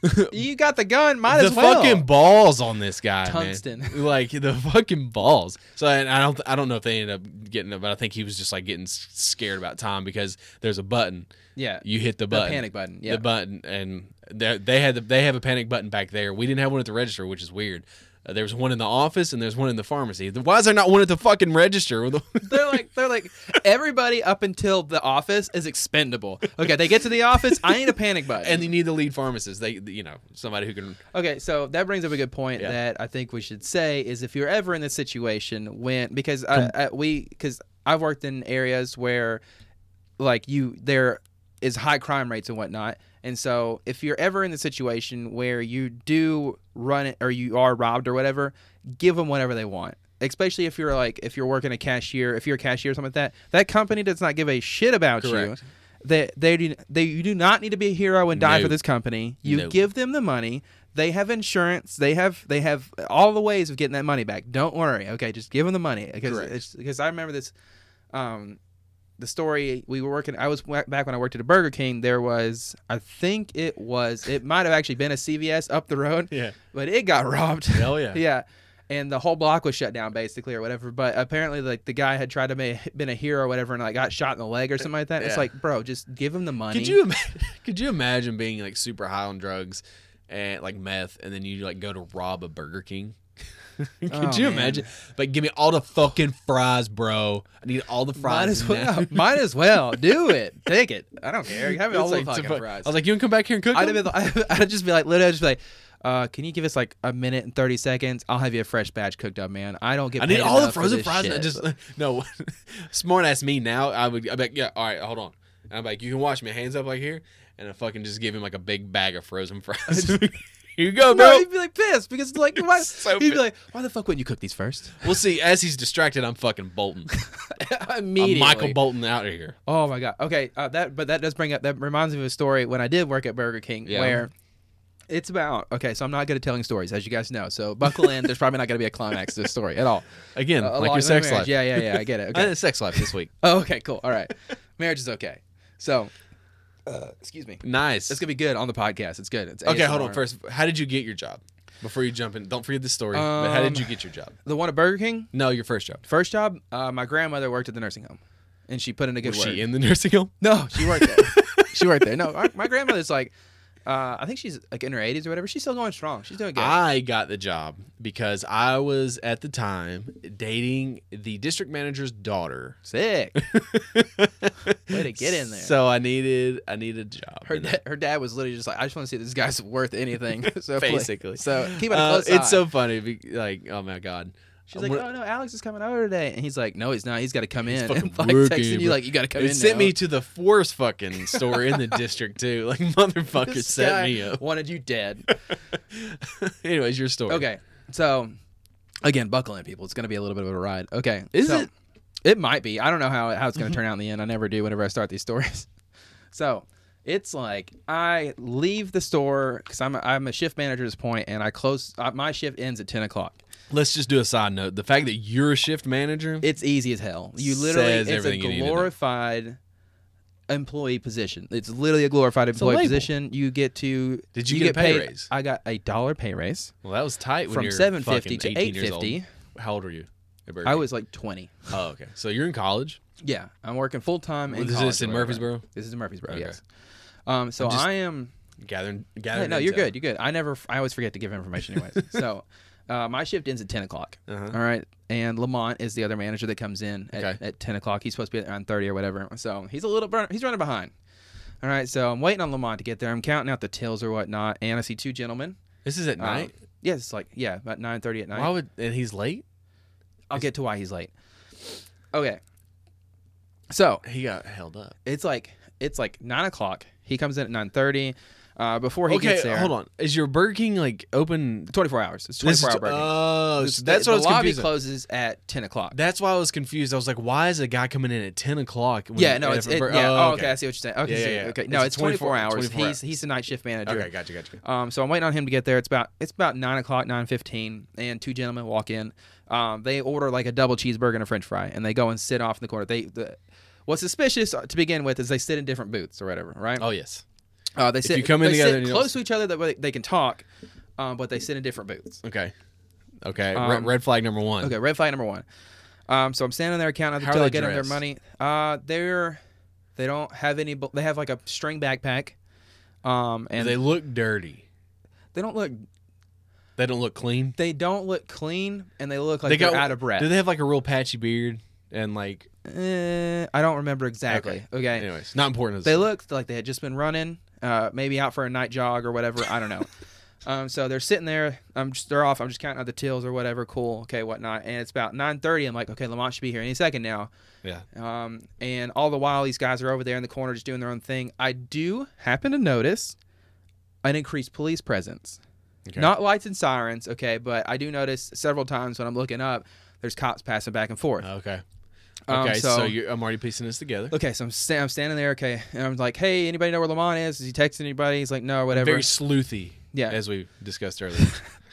Speaker 2: the you got the gun. Might
Speaker 1: the
Speaker 2: as well.
Speaker 1: fucking balls on this guy, man.
Speaker 2: Tungsten.
Speaker 1: Like the fucking balls. So and I don't, I don't know if they ended up getting it, but I think he was just like getting s- scared about time because there's a button.
Speaker 2: yeah,
Speaker 1: You hit the
Speaker 2: the
Speaker 1: button
Speaker 2: panic button. Yeah,
Speaker 1: the button, and they they had the, they have a panic button back there. We didn't have one at the register, which is weird. Uh, there was one in the office and there's one in the pharmacy. The- Why is there not one at the fucking register?
Speaker 2: they're like they're like everybody up until the office is expendable. Okay, they get to the office. I need a panic button.
Speaker 1: and you need the lead pharmacist. They, you know, somebody who can.
Speaker 2: Okay, so that brings up a good point
Speaker 1: Yeah.
Speaker 2: that I think we should say is if you're ever in this situation when because I, I, we because I've worked in areas where like you there is high crime rates and whatnot, and so if you're ever in the situation where you do run it or you are robbed or whatever, give them whatever they want. Especially if you're like if you're working a cashier, if you're a cashier or something like that, that company does not give a shit about
Speaker 1: Correct.
Speaker 2: you. They they do they you do not need to be a hero and die
Speaker 1: No.
Speaker 2: for this company. You
Speaker 1: No.
Speaker 2: give them the money. They have insurance. They have they have all the ways of getting that money back. Don't worry. Okay, just give them the money because
Speaker 1: Correct.
Speaker 2: it's, because I remember this, um, the story we were working. I was wa- back when I worked at a Burger King. There was I think it was it might have actually been a CVS up the road,
Speaker 1: Yeah.
Speaker 2: but it got robbed.
Speaker 1: Hell yeah.
Speaker 2: yeah. And the whole block was shut down basically or whatever. But apparently like the guy had tried to be been a hero or whatever and like got shot in the leg or something like that. It's
Speaker 1: Yeah.
Speaker 2: like, bro, just give him the money.
Speaker 1: Could you ima- could you imagine being like super high on drugs and like meth, and then you like go to rob a Burger King? could
Speaker 2: Oh,
Speaker 1: you
Speaker 2: man.
Speaker 1: imagine? Like, give me all the fucking fries, bro. I need all the fries.
Speaker 2: Might as
Speaker 1: now.
Speaker 2: well. Might as well do it. Take it. I don't care. Have
Speaker 1: It's
Speaker 2: all the
Speaker 1: like,
Speaker 2: fucking
Speaker 1: I
Speaker 2: fries.
Speaker 1: was like, you can come back here and cook.
Speaker 2: I'd,
Speaker 1: them?
Speaker 2: have been, I'd just be like, literally, I'd just be like, uh, can you give us like a minute and thirty seconds? I'll have you a fresh batch cooked up, man. I don't get.
Speaker 1: I need
Speaker 2: paid
Speaker 1: all the
Speaker 2: enough for
Speaker 1: frozen
Speaker 2: this
Speaker 1: fries. and I
Speaker 2: shit."
Speaker 1: just no. Smart ass me now. I would. I'd be like, yeah. All right, hold on. And I'm like, you can wash my hands up like here, and I fucking just give him like a big bag of frozen fries. Here you go,
Speaker 2: no,
Speaker 1: bro.
Speaker 2: he'd be like pissed because like why?
Speaker 1: So
Speaker 2: he'd be
Speaker 1: pissed.
Speaker 2: like, why the fuck wouldn't you cook these first?
Speaker 1: We'll see. As he's distracted, I'm fucking bolting.
Speaker 2: Immediately,
Speaker 1: I'm Michael Bolton out of here.
Speaker 2: Oh my god. Okay, uh, that but that does bring up that reminds me of a story when I did work at Burger King
Speaker 1: Yeah.
Speaker 2: where it's about okay, so I'm not good at telling stories, as you guys know. So buckle in. There's probably not going to be a climax to this story at all.
Speaker 1: Again,
Speaker 2: Uh,
Speaker 1: like
Speaker 2: along
Speaker 1: your
Speaker 2: the
Speaker 1: sex
Speaker 2: marriage.
Speaker 1: life.
Speaker 2: Yeah, yeah, yeah. I get it.
Speaker 1: I had
Speaker 2: Okay.
Speaker 1: a sex life this week.
Speaker 2: Oh, okay, cool. All right. Marriage is okay. So, uh, excuse me.
Speaker 1: Nice.
Speaker 2: It's gonna be good on the podcast. It's good. It's
Speaker 1: okay, hold on.
Speaker 2: ASMR.
Speaker 1: First, how did you get your job? Before you jump in, don't forget the story. but how did
Speaker 2: Um,
Speaker 1: you get your job?
Speaker 2: The one at Burger King,
Speaker 1: No, your first job.
Speaker 2: first job. Uh, my grandmother worked at the nursing home, and she put in a good
Speaker 1: Was
Speaker 2: word.
Speaker 1: she in the nursing home?
Speaker 2: No, she worked there. she worked there. No, our, my grandmother's like, uh, I think she's like in her 80s or whatever. She's still going strong. She's doing good.
Speaker 1: I got the job because I was at the time dating the district manager's daughter.
Speaker 2: Sick. Way to get in there.
Speaker 1: So I needed I needed a job.
Speaker 2: her,
Speaker 1: you know,
Speaker 2: da- her dad was literally just like, I just want to see if this guy's worth anything. so please-
Speaker 1: basically.
Speaker 2: So keep it a
Speaker 1: Uh,
Speaker 2: close
Speaker 1: it's
Speaker 2: eye.
Speaker 1: so funny. be- Like, oh my god.
Speaker 2: She's like, oh no, Alex is coming over today, and he's like, no, he's not. He's got to come in.
Speaker 1: fucking
Speaker 2: And, like
Speaker 1: working,
Speaker 2: texting you
Speaker 1: bro.
Speaker 2: like, you got to come
Speaker 1: it
Speaker 2: in.
Speaker 1: sent
Speaker 2: now.
Speaker 1: me to the worst fucking store in the district too. Like motherfucker
Speaker 2: This
Speaker 1: set
Speaker 2: guy
Speaker 1: me up.
Speaker 2: Wanted you dead.
Speaker 1: Anyways, your story.
Speaker 2: Okay, so again, buckle in, people. It's gonna be a little bit of a ride. Okay,
Speaker 1: Is
Speaker 2: so-
Speaker 1: it? Mm-hmm.
Speaker 2: It might be. I don't know how how it's gonna turn out in the end. I never do whenever I start these stories. So it's like I leave the store because I'm a, I'm a shift manager at this point, and I close uh, my shift ends at ten o'clock.
Speaker 1: Let's just do a side note. The fact that you're a shift manager,
Speaker 2: It's easy as hell. You literally
Speaker 1: Says
Speaker 2: it's a
Speaker 1: everything you need to know.
Speaker 2: glorified employee position. It's literally a glorified
Speaker 1: a
Speaker 2: employee
Speaker 1: label.
Speaker 2: position. You get to
Speaker 1: Did you get a pay
Speaker 2: paid-
Speaker 1: raise?
Speaker 2: I got a dollar pay raise.
Speaker 1: well, that was tight. When
Speaker 2: From
Speaker 1: you're
Speaker 2: 750
Speaker 1: fucking
Speaker 2: to
Speaker 1: 18 years old.
Speaker 2: 850.
Speaker 1: How old are you? at Burger
Speaker 2: I
Speaker 1: King?
Speaker 2: was like twenty.
Speaker 1: Oh, okay. So you're in college.
Speaker 2: Yeah, I'm working full time.
Speaker 1: Is this in Murfreesboro?
Speaker 2: This is in Murfreesboro.
Speaker 1: Okay.
Speaker 2: Yes. Um. So
Speaker 1: just-
Speaker 2: I am.
Speaker 1: Gathering,
Speaker 2: Hey,
Speaker 1: gathering.
Speaker 2: no, you're
Speaker 1: intel.
Speaker 2: good. You're good. I never. I always forget to give information anyways. so, uh, my shift ends at ten o'clock.
Speaker 1: Uh-huh.
Speaker 2: All right. And Lamont is the other manager that comes in at,
Speaker 1: Okay.
Speaker 2: at ten o'clock. He's supposed to be at around thirty or whatever. So he's a little. Burn, he's running behind. All right, so I'm waiting on Lamont to get there. I'm counting out the tills or whatnot, and I see two gentlemen.
Speaker 1: This is at
Speaker 2: Uh,
Speaker 1: night.
Speaker 2: Yeah, it's like yeah, about nine thirty at night.
Speaker 1: Why would and he's late?
Speaker 2: I'll get to why he's late. Okay. So
Speaker 1: He got held up.
Speaker 2: it's like it's like nine o'clock. He comes in at nine thirty. Uh, before he
Speaker 1: okay,
Speaker 2: gets there,
Speaker 1: hold on. Is your Burger King like open?
Speaker 2: Twenty four hours. It's twenty
Speaker 1: This
Speaker 2: four
Speaker 1: is-
Speaker 2: hour break.
Speaker 1: Oh, so that's
Speaker 2: the,
Speaker 1: what I
Speaker 2: the
Speaker 1: was
Speaker 2: lobby
Speaker 1: confused.
Speaker 2: closes at ten o'clock.
Speaker 1: That's why I was confused. I was like, why is a guy coming in at ten o'clock? when-
Speaker 2: yeah, no,
Speaker 1: at
Speaker 2: it's
Speaker 1: a
Speaker 2: it,
Speaker 1: bur-
Speaker 2: yeah.
Speaker 1: Oh,
Speaker 2: Oh, okay. I see what you're saying. Okay,
Speaker 1: Yeah,
Speaker 2: so-
Speaker 1: yeah, yeah.
Speaker 2: okay. No,
Speaker 1: It's a
Speaker 2: it's twenty four
Speaker 1: 24
Speaker 2: hours.
Speaker 1: 24
Speaker 2: He's he's the night shift manager.
Speaker 1: Okay, gotcha, gotcha.
Speaker 2: Um, so I'm waiting on him to get there. It's about it's about nine o'clock, nine fifteen, and two gentlemen walk in. Um, they order like a double cheeseburger and a French fry, and they go and sit off in the corner. They the, what's suspicious uh, to begin with is they sit in different booths or whatever, right?
Speaker 1: Oh yes.
Speaker 2: Uh, they sit,
Speaker 1: you come in
Speaker 2: they
Speaker 1: together
Speaker 2: sit
Speaker 1: and you don't-
Speaker 2: close to each other that way they can talk, um, but they sit in different booths.
Speaker 1: Okay. Okay.
Speaker 2: Um,
Speaker 1: red, red flag number one.
Speaker 2: Okay, red flag number one. Um, so I'm standing there counting out
Speaker 1: How are
Speaker 2: the till,
Speaker 1: they
Speaker 2: I get them their
Speaker 1: dressed?
Speaker 2: money. Uh, they're they don't have any. bu- They have like a string backpack, um, and
Speaker 1: they
Speaker 2: they,
Speaker 1: look dirty.
Speaker 2: they don't look
Speaker 1: They don't look clean.
Speaker 2: they don't look clean, and they look like
Speaker 1: they
Speaker 2: they are
Speaker 1: got
Speaker 2: out of breath.
Speaker 1: Do they have like a real patchy beard and like?
Speaker 2: Eh, I don't remember exactly. Okay.
Speaker 1: Anyways, not important.
Speaker 2: They looked like they had just been running, uh, maybe out for a night jog or whatever. I don't know. um, so they're sitting there. I'm just they're off. I'm just counting out the tills or whatever. Cool. Okay, whatnot. And it's about 9:30. I'm like, okay, Lamont should be here any second now.
Speaker 1: Yeah.
Speaker 2: Um, and all the while, these guys are over there in the corner just doing their own thing. I do happen to notice an increased police presence.
Speaker 1: Okay.
Speaker 2: Not lights and sirens, okay, but I do notice several times when I'm looking up, there's cops passing back and forth.
Speaker 1: Okay.
Speaker 2: Um,
Speaker 1: Uh, Okay. so
Speaker 2: so-
Speaker 1: you're, I'm already piecing this together.
Speaker 2: Okay, so I'm, sta- I'm standing there, okay, and I'm like, hey, anybody know where Lamont is? Is he texting anybody? He's like, no, whatever.
Speaker 1: Very sleuthy.
Speaker 2: Yeah.
Speaker 1: As we discussed earlier.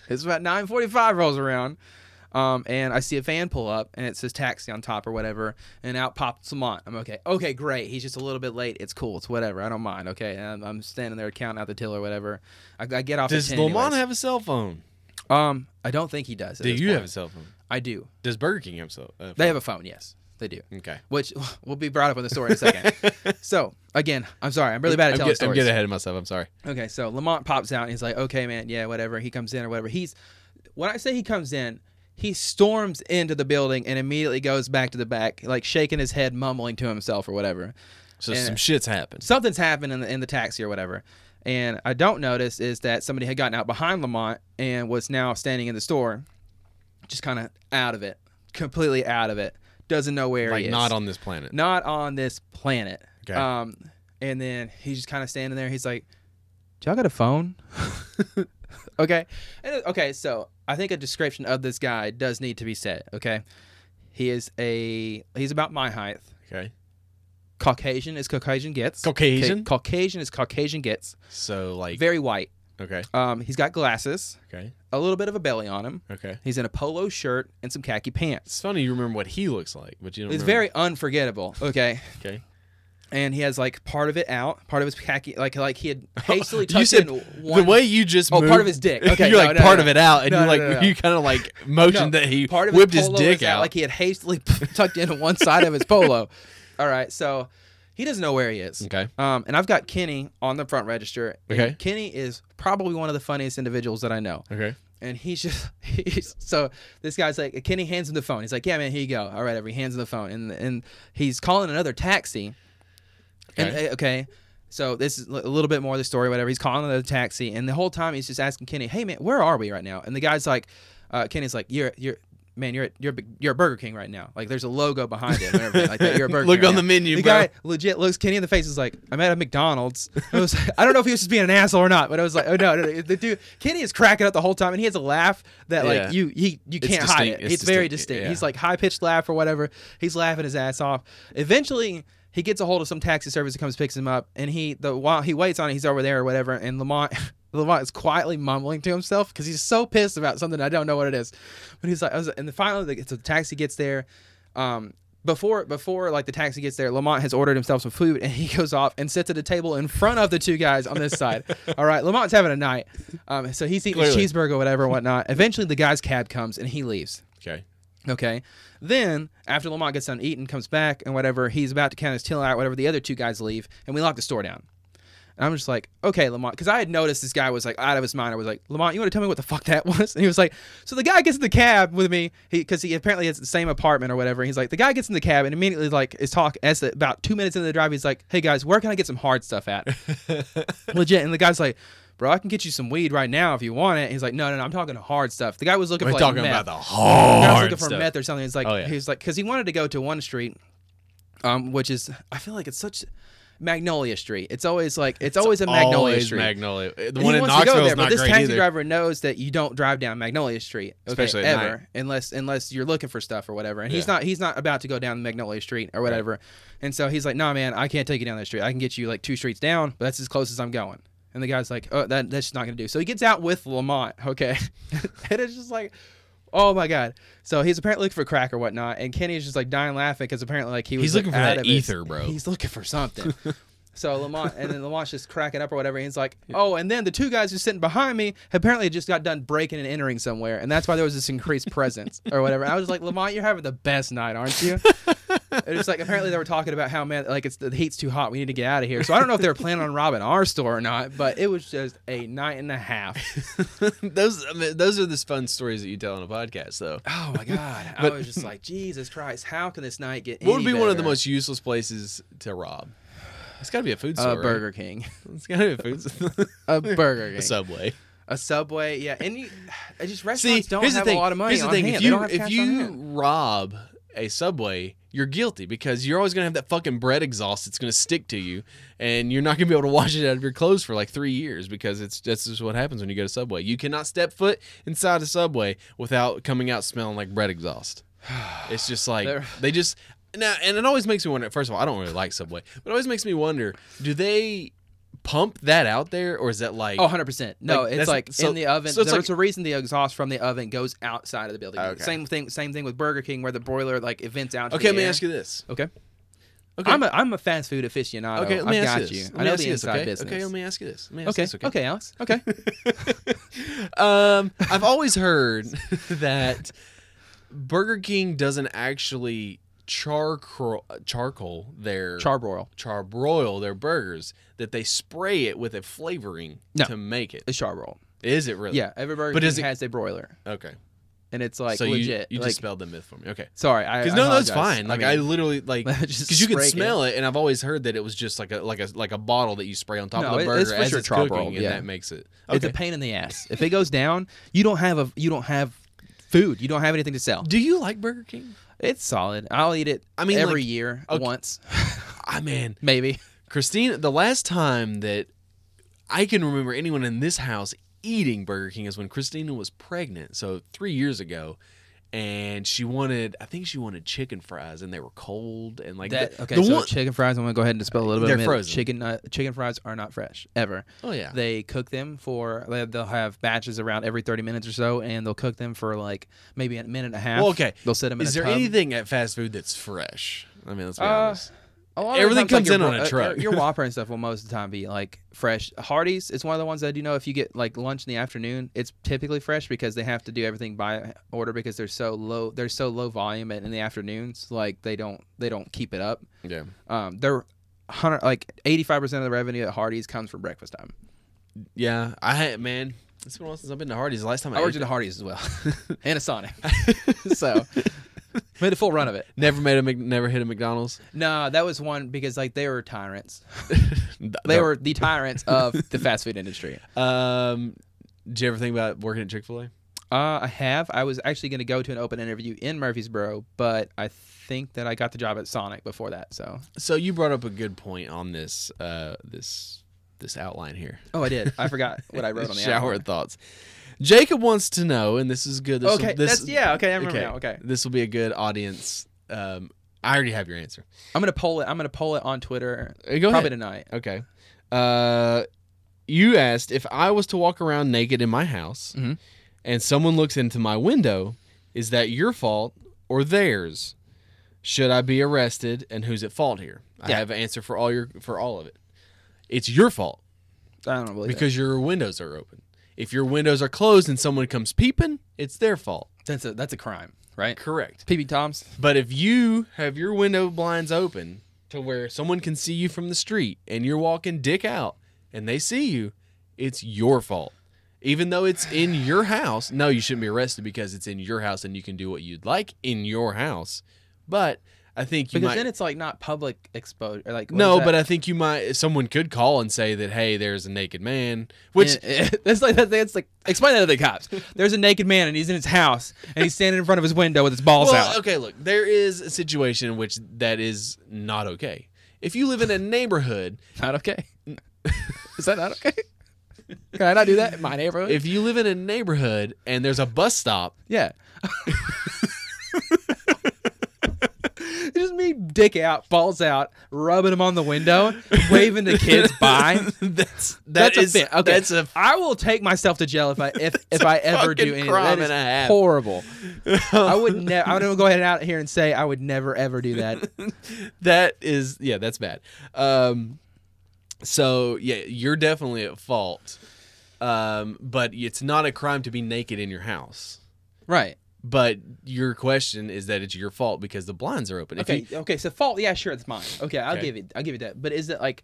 Speaker 2: it's about 9:45 rolls around, um, and I see a van pull up, and it says taxi on top or whatever, and out pops Lamont. I'm okay, okay, great. He's just a little bit late. It's cool. It's whatever. I don't mind. Okay, and I'm, I'm standing there counting out the till or whatever. I, I get off.
Speaker 1: Does
Speaker 2: at 10
Speaker 1: Lamont
Speaker 2: anyways.
Speaker 1: have a cell phone?
Speaker 2: Um, I don't think he does. at
Speaker 1: Do
Speaker 2: this
Speaker 1: you
Speaker 2: point.
Speaker 1: have a cell phone?
Speaker 2: I do.
Speaker 1: Does Burger King have a cell? Uh,
Speaker 2: They have a phone. Yes, they do.
Speaker 1: okay.
Speaker 2: Which will be brought up in the story in a second. so again, I'm sorry. I'm really bad at
Speaker 1: I'm,
Speaker 2: telling
Speaker 1: get- I'm
Speaker 2: stories.
Speaker 1: getting ahead of myself. I'm sorry.
Speaker 2: Okay, so Lamont pops out and he's like, "Okay, man, yeah, whatever." He comes in or whatever. He's when I say he comes in, he storms into the building and immediately goes back to the back, like shaking his head, mumbling to himself or whatever.
Speaker 1: So
Speaker 2: Yeah.
Speaker 1: some shit's happened.
Speaker 2: Something's happened in the, in the taxi or whatever. And I don't notice is that somebody had gotten out behind Lamont and was now standing in the store, just kind of out of it, completely out of it. Doesn't know where
Speaker 1: Like
Speaker 2: he is
Speaker 1: not on this planet.
Speaker 2: not on this planet.
Speaker 1: Okay.
Speaker 2: Um, and then he's just kind of standing there. He's like, "Do y'all got a phone?" okay. And, uh, okay. So I think a description of this guy does need to be said. Okay. He is a he's about my height.
Speaker 1: Okay.
Speaker 2: Caucasian as Caucasian gets.
Speaker 1: Caucasian?
Speaker 2: Ca- Caucasian as Caucasian gets.
Speaker 1: So like.
Speaker 2: Very white.
Speaker 1: okay.
Speaker 2: Um, he's got glasses.
Speaker 1: Okay.
Speaker 2: A little bit of a belly on him.
Speaker 1: Okay.
Speaker 2: He's in a polo shirt and some khaki pants.
Speaker 1: It's funny you remember what he looks like, but you don't.
Speaker 2: It's
Speaker 1: remember-
Speaker 2: very unforgettable. Okay.
Speaker 1: okay.
Speaker 2: and he has like part of it out, part of his khaki, like like he had hastily tucked
Speaker 1: you said
Speaker 2: in one.
Speaker 1: the way you just
Speaker 2: Oh, part
Speaker 1: moved-
Speaker 2: of his dick. Okay,
Speaker 1: you're
Speaker 2: no,
Speaker 1: like
Speaker 2: no,
Speaker 1: part
Speaker 2: no.
Speaker 1: of it out, and
Speaker 2: No,
Speaker 1: you
Speaker 2: no,
Speaker 1: like
Speaker 2: no, no.
Speaker 1: you kind of like motioned
Speaker 2: No,
Speaker 1: that he
Speaker 2: part of
Speaker 1: whipped
Speaker 2: his,
Speaker 1: his
Speaker 2: polo
Speaker 1: dick
Speaker 2: was out,
Speaker 1: out.
Speaker 2: like he had hastily tucked in one side of his polo. All right, so he doesn't know where he is.
Speaker 1: okay.
Speaker 2: Um, and I've got Kenny on the front register. and
Speaker 1: Okay.
Speaker 2: Kenny is probably one of the funniest individuals that I know.
Speaker 1: Okay.
Speaker 2: and he's just he's so this guy's like Kenny hands him the phone. He's like, "Yeah, man, here you go." All right, every hands him the phone, and and he's calling another taxi.
Speaker 1: Okay.
Speaker 2: And uh, okay, so this is a little bit more of the story, whatever. He's calling another taxi, and the whole time he's just asking Kenny, "Hey, man, where are we right now?" And the guy's like, uh, "Kenny's like, you're you're." Man, you're at, you're at- you're at Burger King right now. Like, there's a logo behind it. and everything Like that, you're at Burger
Speaker 1: Look
Speaker 2: King right
Speaker 1: on the
Speaker 2: now."
Speaker 1: menu,
Speaker 2: The
Speaker 1: bro.
Speaker 2: guy legit looks Kenny in the face. Is like, I'm at a McDonald's. I was, I don't know if he was just being an asshole or not, but I was like, oh no, no, no. the dude, Kenny is cracking up the whole time, and he has a laugh that like
Speaker 1: Yeah.
Speaker 2: you he you
Speaker 1: It's
Speaker 2: can't hide it.
Speaker 1: distinct.
Speaker 2: It's,
Speaker 1: It's
Speaker 2: very
Speaker 1: distinct.
Speaker 2: distinct.
Speaker 1: Yeah.
Speaker 2: He's like high pitched laugh or whatever. He's laughing his ass off. Eventually, he gets a hold of some taxi service that comes picks him up, and he the while he waits on it, he's over there or whatever, and Lamont. Lamont is quietly mumbling to himself because he's so pissed about something I don't know what it is, but he's like, I was, and then finally, like, so the taxi gets there, um, before before like the taxi gets there, Lamont has ordered himself some food and he goes off and sits at a table in front of the two guys on this side. All right, Lamont's having a night, um, so he's eating
Speaker 1: Clearly.
Speaker 2: his cheeseburger, or whatever, whatnot. Eventually, the guy's cab comes and he leaves.
Speaker 1: Okay.
Speaker 2: Okay, then after Lamont gets done eating, comes back and whatever, he's about to count his till out, whatever. The other two guys leave and we lock the store down. And I'm just like, okay, Lamont, because I had noticed this guy was like out of his mind. I was like, Lamont, you want to tell me what the fuck that was? And he was like, so the guy gets in the cab with me because he, apparently it's the same apartment or whatever. He's like, the guy gets in the cab and immediately like is talking. As the, about two minutes into the drive, he's like, hey guys, where can I get some hard stuff at? Legit. And the guy's like, bro, I can get you some weed right now if you want it. And he's like, no, no, no, I'm talking hard stuff. The guy was looking
Speaker 1: We're
Speaker 2: for like
Speaker 1: talking
Speaker 2: meth.
Speaker 1: about the
Speaker 2: The guy was
Speaker 1: hard
Speaker 2: looking for
Speaker 1: stuff.
Speaker 2: meth or something. He's like,
Speaker 1: Oh, yeah.
Speaker 2: he was like, because he wanted to go to one street, um, which is I feel like it's such Magnolia Street. It's always like it's, always a Magnolia
Speaker 1: Always
Speaker 2: Street.
Speaker 1: Magnolia. The
Speaker 2: And
Speaker 1: one
Speaker 2: he
Speaker 1: in
Speaker 2: wants to go
Speaker 1: Knoxville
Speaker 2: there,
Speaker 1: is
Speaker 2: but
Speaker 1: not
Speaker 2: this
Speaker 1: great
Speaker 2: taxi
Speaker 1: either.
Speaker 2: driver knows that you don't drive down Magnolia Street, okay,
Speaker 1: Especially at
Speaker 2: ever,
Speaker 1: night.
Speaker 2: unless unless you're looking for stuff or whatever. And he's
Speaker 1: Yeah.
Speaker 2: not he's not about to go down Magnolia Street or whatever. And so he's like, "Nah, man, I can't take you down that street. I can get you like two streets down, but that's as close as I'm going." And the guy's like, "Oh, that that's just not gonna do." So he gets out with Lamont, okay, and it's just like. Oh my God! So he's apparently looking for crack or whatnot, and Kenny's just like dying laughing because apparently like he was
Speaker 1: He's
Speaker 2: like,
Speaker 1: looking for
Speaker 2: out
Speaker 1: that
Speaker 2: of his-
Speaker 1: ether, bro.
Speaker 2: He's looking for something. So Lamont and then Lamont's just cracking up or whatever. And he's like, "Oh!" And then the two guys who's sitting behind me apparently just got done breaking and entering somewhere, and that's why there was this increased presence or whatever. And I was like, "Lamont, you're having the best night, aren't you?" And it's like apparently they were talking about how man, like it's the heat's too hot. We need to get out of here. So I don't know if they were planning on robbing our store or not, but it was just a night and a half.
Speaker 1: those I mean, those are the fun stories that you tell on a podcast, though.
Speaker 2: Oh my god! I
Speaker 1: But-
Speaker 2: was just like, Jesus Christ, how can this night get?
Speaker 1: What would be
Speaker 2: any
Speaker 1: one of the
Speaker 2: better?
Speaker 1: most useless places to rob? It's got to be a food store.
Speaker 2: Uh,
Speaker 1: right?
Speaker 2: Burger King,
Speaker 1: It's got to be a food store.
Speaker 2: a Burger
Speaker 1: a
Speaker 2: King,
Speaker 1: Subway.
Speaker 2: a Subway. Yeah, and you, I just
Speaker 1: See,
Speaker 2: restaurants don't
Speaker 1: here's
Speaker 2: have
Speaker 1: the thing.
Speaker 2: a lot of money
Speaker 1: here's the
Speaker 2: on
Speaker 1: thing.
Speaker 2: hand.
Speaker 1: If
Speaker 2: They
Speaker 1: you
Speaker 2: don't have
Speaker 1: if
Speaker 2: cash on
Speaker 1: you
Speaker 2: hand.
Speaker 1: rob a Subway, you're guilty because you're always gonna have that fucking bread exhaust that's gonna stick to you, and you're not gonna be able to wash it out of your clothes for like three years because it's that's just what happens when you go to Subway. You cannot step foot inside a Subway without coming out smelling like bread exhaust. It's just like
Speaker 2: They're-
Speaker 1: they just now, and it always makes me wonder. First of all, I don't really like Subway, but it always makes me wonder: do they pump that out there, or is that like
Speaker 2: Oh, 100%. No,
Speaker 1: Like,
Speaker 2: it's
Speaker 1: that's-
Speaker 2: like
Speaker 1: so-
Speaker 2: in the oven.
Speaker 1: so it's
Speaker 2: there's
Speaker 1: like-
Speaker 2: a reason the exhaust from the oven goes outside of the building.
Speaker 1: Okay.
Speaker 2: Same thing same thing with Burger King where the broiler like it vents out.
Speaker 1: okay? Let me ask you this.
Speaker 2: Okay.
Speaker 1: Okay.
Speaker 2: I'm a I'm a fast food aficionado.
Speaker 1: Okay, let me
Speaker 2: I've
Speaker 1: ask
Speaker 2: got
Speaker 1: this.
Speaker 2: you.
Speaker 1: Let
Speaker 2: I
Speaker 1: me
Speaker 2: know
Speaker 1: ask
Speaker 2: the
Speaker 1: you this,
Speaker 2: inside
Speaker 1: okay?
Speaker 2: business.
Speaker 1: Okay, let me ask you this. Let me ask
Speaker 2: Okay.
Speaker 1: this,
Speaker 2: okay. Alex. Okay.
Speaker 1: um, I've always heard that Burger King doesn't actually charcoal charcoal their
Speaker 2: Charbroil.
Speaker 1: charbroil their burgers. That they spray it with a flavoring
Speaker 2: No.
Speaker 1: to make it.
Speaker 2: It's charbroil.
Speaker 1: Is it really?
Speaker 2: Yeah, every Burger
Speaker 1: But is
Speaker 2: King
Speaker 1: it-
Speaker 2: has a broiler
Speaker 1: Okay.
Speaker 2: and it's like
Speaker 1: so you-
Speaker 2: legit.
Speaker 1: you,
Speaker 2: like,
Speaker 1: just spelled the myth for me. Okay.
Speaker 2: Sorry. I
Speaker 1: Because
Speaker 2: I
Speaker 1: no, that's
Speaker 2: apologize.
Speaker 1: fine. Like
Speaker 2: mean,
Speaker 1: I, literally like
Speaker 2: just
Speaker 1: because you can
Speaker 2: spray it.
Speaker 1: smell it. and I've always heard that it was just like a like a like a bottle that you spray on top
Speaker 2: No,
Speaker 1: of the
Speaker 2: it-
Speaker 1: burger
Speaker 2: it's for
Speaker 1: as
Speaker 2: sure
Speaker 1: it's cooking,
Speaker 2: charbroiled,
Speaker 1: and
Speaker 2: yeah.
Speaker 1: that makes it.
Speaker 2: It's a pain in the ass. If it goes down, you don't have a you don't have food. You don't have anything to sell.
Speaker 1: Do you like Burger King?
Speaker 2: It's solid. I'll eat it
Speaker 1: I mean,
Speaker 2: every
Speaker 1: like-
Speaker 2: year
Speaker 1: okay.
Speaker 2: once,
Speaker 1: I Ah, man,
Speaker 2: maybe.
Speaker 1: Christine, the last time that I can remember anyone in this house eating Burger King is when Christina was pregnant, so three years ago, and she wanted, I think she wanted chicken fries, and they were cold and like
Speaker 2: That,
Speaker 1: the-
Speaker 2: okay,
Speaker 1: the
Speaker 2: so
Speaker 1: one-
Speaker 2: chicken fries. I'm gonna go ahead and dispel a little bit.
Speaker 1: They're
Speaker 2: of myth.
Speaker 1: frozen.
Speaker 2: Chicken uh, chicken fries are not fresh ever.
Speaker 1: oh yeah,
Speaker 2: They cook them for they- they'll have batches around every 30 minutes or so, and they'll cook them for like maybe a minute and a half.
Speaker 1: Well, okay.
Speaker 2: They'll set them. in
Speaker 1: is
Speaker 2: a
Speaker 1: there
Speaker 2: tub.
Speaker 1: anything at fast food that's fresh? I mean, let's be
Speaker 2: Uh,
Speaker 1: honest.
Speaker 2: A lot of
Speaker 1: Everything
Speaker 2: times, like,
Speaker 1: comes
Speaker 2: your
Speaker 1: in on
Speaker 2: bro-
Speaker 1: a
Speaker 2: uh,
Speaker 1: truck.
Speaker 2: Your Whopper and stuff will most of the time be like fresh. Hardee's is one of the ones that you know if you get like lunch in the afternoon, it's typically fresh because they have to do everything by order because they're so low. They're so low volume in in the afternoons. Like they don't they don't keep it up.
Speaker 1: Yeah,
Speaker 2: Um, they're hundred like eighty five percent of the revenue at Hardee's comes from breakfast time.
Speaker 1: yeah. I had man, it's been a while since I've been to Hardee's. The last time I,
Speaker 2: I worked
Speaker 1: ate
Speaker 2: at a Hardee's as well, and a Sonic, so made a full run of it.
Speaker 1: never made a Mc- never hit a McDonald's.
Speaker 2: No, that was one because like they were tyrants. They
Speaker 1: No.
Speaker 2: were the tyrants of the fast food industry.
Speaker 1: Um, did you ever think about working at Chick Fil A?
Speaker 2: Uh, I have. I was actually going to go to an open interview in Murfreesboro, but I think that I got the job at Sonic before that. So.
Speaker 1: So you brought up a good point on this uh, this this outline here.
Speaker 2: Oh, I did. I forgot what I wrote on the
Speaker 1: shower
Speaker 2: outline.
Speaker 1: thoughts. Jacob wants to know, and this is good. This
Speaker 2: Okay,
Speaker 1: will, this,
Speaker 2: that's yeah. Okay, I remember now. Okay,
Speaker 1: this will be a good audience. Um, I already have your answer.
Speaker 2: I'm gonna poll it. I'm gonna poll it on Twitter
Speaker 1: Uh, Go
Speaker 2: probably
Speaker 1: ahead.
Speaker 2: tonight.
Speaker 1: Okay. Uh, you asked if I was to walk around naked in my house,
Speaker 2: Mhm.
Speaker 1: and someone looks into my window, is that your fault or theirs? Should I be arrested, and who's at fault here? I
Speaker 2: Yeah.
Speaker 1: have an answer for all your for all of it. It's your fault.
Speaker 2: I don't believe it.
Speaker 1: because your windows are open. If your windows are closed and someone comes peeping, it's their fault.
Speaker 2: that's a that's a crime, right?
Speaker 1: Correct.
Speaker 2: PB Toms.
Speaker 1: But if you have your window blinds open to where someone can see you from the street and you're walking dick out, and they see you, it's your fault. Even though it's in your house, no, you shouldn't be arrested because it's in your house and you can do what you'd like in your house. But I think you
Speaker 2: because
Speaker 1: might.
Speaker 2: then it's like not public exposure. Like what
Speaker 1: no,
Speaker 2: is
Speaker 1: but uh,
Speaker 2: that?
Speaker 1: I think you might. Someone could call and say that, "Hey, there's a naked man," which
Speaker 2: that's like that's like explain that to the cops. There's a naked man and he's in his house and he's standing in front of his window with his balls
Speaker 1: well,
Speaker 2: out.
Speaker 1: okay, look, there is a situation in which that is not okay. If you live in a neighborhood,
Speaker 2: Not okay. is that not okay? Can I not do that in my neighborhood?
Speaker 1: if you live in a neighborhood and there's a bus stop,
Speaker 2: yeah. It's Just me, dick out, balls out, rubbing him on the window, waving the kids by.
Speaker 1: that's
Speaker 2: That's
Speaker 1: is-
Speaker 2: a fin- okay.
Speaker 1: That's a
Speaker 2: I will take myself to jail if I if if
Speaker 1: a
Speaker 2: I ever do
Speaker 1: fucking
Speaker 2: anything.
Speaker 1: crime
Speaker 2: That is
Speaker 1: and a half.
Speaker 2: horrible. I would never. I'm gonna go ahead and out here and say I would never ever do that.
Speaker 1: that is yeah, that's bad. Um, so yeah, you're definitely at fault. Um, but it's not a crime to be naked in your house.
Speaker 2: Right.
Speaker 1: But your question is that it's your fault because the blinds are open. If
Speaker 2: Okay.
Speaker 1: you-
Speaker 2: Okay. So fault. Yeah. Sure. It's mine. Okay. I'll
Speaker 1: Okay.
Speaker 2: give it. I'll give it that. But is it like?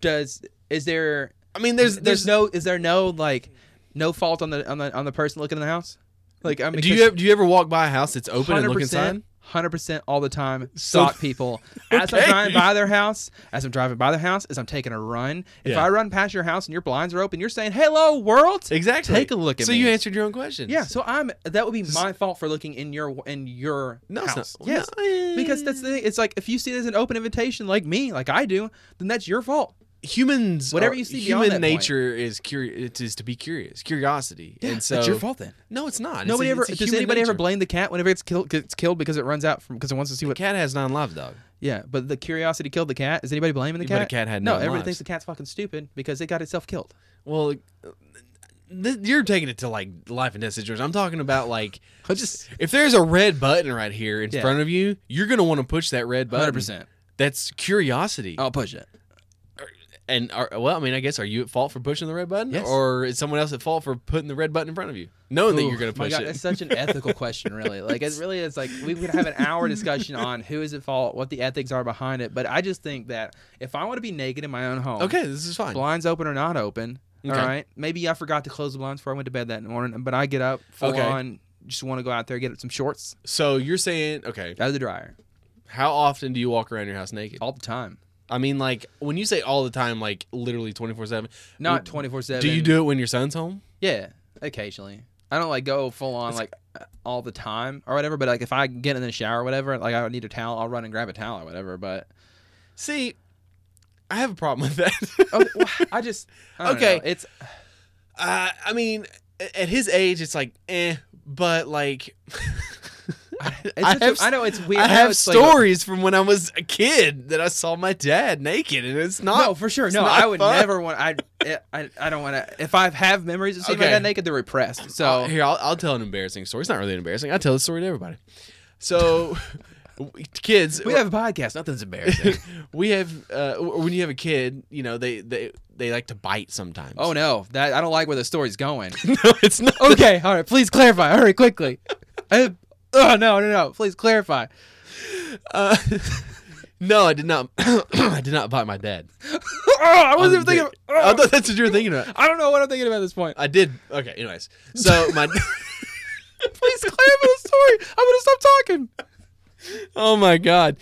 Speaker 2: Does is there?
Speaker 1: I mean, there's
Speaker 2: There's
Speaker 1: there's,
Speaker 2: no. Is there no like? No fault on the on the on the person looking in the house. Like I mean,
Speaker 1: Do you ever, do you ever walk by a house that's open and look inside?
Speaker 2: Hundred percent all the time.
Speaker 1: So-
Speaker 2: Stalk people. As I'm
Speaker 1: Okay.
Speaker 2: driving by their house, as I'm driving by their house, as I'm taking a run. If
Speaker 1: Yeah.
Speaker 2: I run past your house and your blinds are open, you're saying, "Hello, world."
Speaker 1: Exactly.
Speaker 2: Take a look at
Speaker 1: so
Speaker 2: me.
Speaker 1: you answered your own question.
Speaker 2: Yeah. So I'm. That would be my fault for looking in your in your
Speaker 1: No, it's
Speaker 2: house.
Speaker 1: not.
Speaker 2: Yes.
Speaker 1: No.
Speaker 2: Because that's the thing. It's like if you see it as an open invitation, like me, like I do, then that's your fault.
Speaker 1: humans
Speaker 2: Whatever
Speaker 1: are-
Speaker 2: you see beyond
Speaker 1: human
Speaker 2: that point.
Speaker 1: nature is curious is to be curious curiosity and so
Speaker 2: that's your fault then.
Speaker 1: no it's not It's
Speaker 2: Nobody
Speaker 1: a-
Speaker 2: ever
Speaker 1: it's a
Speaker 2: does
Speaker 1: human
Speaker 2: anybody ever
Speaker 1: nature.
Speaker 2: blame the cat whenever it's killed gets killed because it runs out from because it wants to see
Speaker 1: the
Speaker 2: what.
Speaker 1: cat has nine lives dog
Speaker 2: Yeah, but the curiosity killed the cat. Is anybody blaming the
Speaker 1: But
Speaker 2: cat?
Speaker 1: a cat had
Speaker 2: no.
Speaker 1: nine
Speaker 2: Everybody
Speaker 1: lives.
Speaker 2: thinks the cat's fucking stupid because it got itself killed.
Speaker 1: well th- you're taking it to like life and death situations i'm talking about like
Speaker 2: I just
Speaker 1: if there's a red button right here in
Speaker 2: Yeah.
Speaker 1: front of you you're gonna want to push that red button
Speaker 2: hundred percent.
Speaker 1: that's curiosity
Speaker 2: I'll push it.
Speaker 1: and are, well i mean i guess are you at fault for pushing the red button
Speaker 2: Yes.
Speaker 1: or is someone else at fault for putting the red button in front of you knowing that you're gonna
Speaker 2: my
Speaker 1: push
Speaker 2: God,
Speaker 1: it
Speaker 2: That's such an ethical question, really. Like it really is. Like we could have an hour discussion on who is at fault, what the ethics are behind it. But I just think that if I want to be naked in my own home,
Speaker 1: okay this is fine
Speaker 2: blinds open or not open,
Speaker 1: Okay.
Speaker 2: all right. Maybe I forgot to close the blinds before I went to bed that morning, but I get up full
Speaker 1: Okay.
Speaker 2: on, just want to go out there get some shorts
Speaker 1: so you're saying okay
Speaker 2: out of the dryer
Speaker 1: How often do you walk around your house naked?
Speaker 2: all the time,
Speaker 1: I mean, like when you say all the time, like literally twenty four seven.
Speaker 2: not twenty four seven.
Speaker 1: Do you do it when your son's home?
Speaker 2: Yeah, occasionally. I don't like go full on like uh, all the time or whatever, but like if I get in the shower or whatever, like I need a towel, I'll run and grab a towel or whatever. But
Speaker 1: See, I have a problem with that.
Speaker 2: oh, well, I just I don't
Speaker 1: Okay.
Speaker 2: know. It's
Speaker 1: uh, I mean, a- at his age, it's like eh, but like.
Speaker 2: It's
Speaker 1: I
Speaker 2: such a-
Speaker 1: have-
Speaker 2: I know it's weird.
Speaker 1: I
Speaker 2: know
Speaker 1: have
Speaker 2: it's like a-
Speaker 1: stories from when I was a kid that I saw my dad naked, and it's not.
Speaker 2: no, for sure.
Speaker 1: it's
Speaker 2: No,
Speaker 1: not
Speaker 2: I would
Speaker 1: fun.
Speaker 2: never want. I, I, I don't want to. If I have memories of seeing my
Speaker 1: Okay.
Speaker 2: dad naked, they're repressed. So
Speaker 1: I'll- uh, here, I'll, I'll tell an embarrassing story. It's not really embarrassing. I tell the story to everybody. So, kids,
Speaker 2: we have a podcast. Nothing's embarrassing.
Speaker 1: we have uh, w- when you have a kid, you know they they they like to bite sometimes.
Speaker 2: oh no, that I don't like where the story's going.
Speaker 1: no, it's not.
Speaker 2: okay, all right. Please clarify. Hurry quickly. I, oh no, no, no. Please clarify.
Speaker 1: Uh, no, I did not. I did not bite my dad.
Speaker 2: Oh, I wasn't
Speaker 1: Um,
Speaker 2: even thinking. oh.
Speaker 1: the- I thought that's what you were thinking about.
Speaker 2: I don't know what I'm thinking about at this point.
Speaker 1: I did. Okay. Anyways, so my.
Speaker 2: Please clarify the story. I'm gonna stop talking.
Speaker 1: oh my god.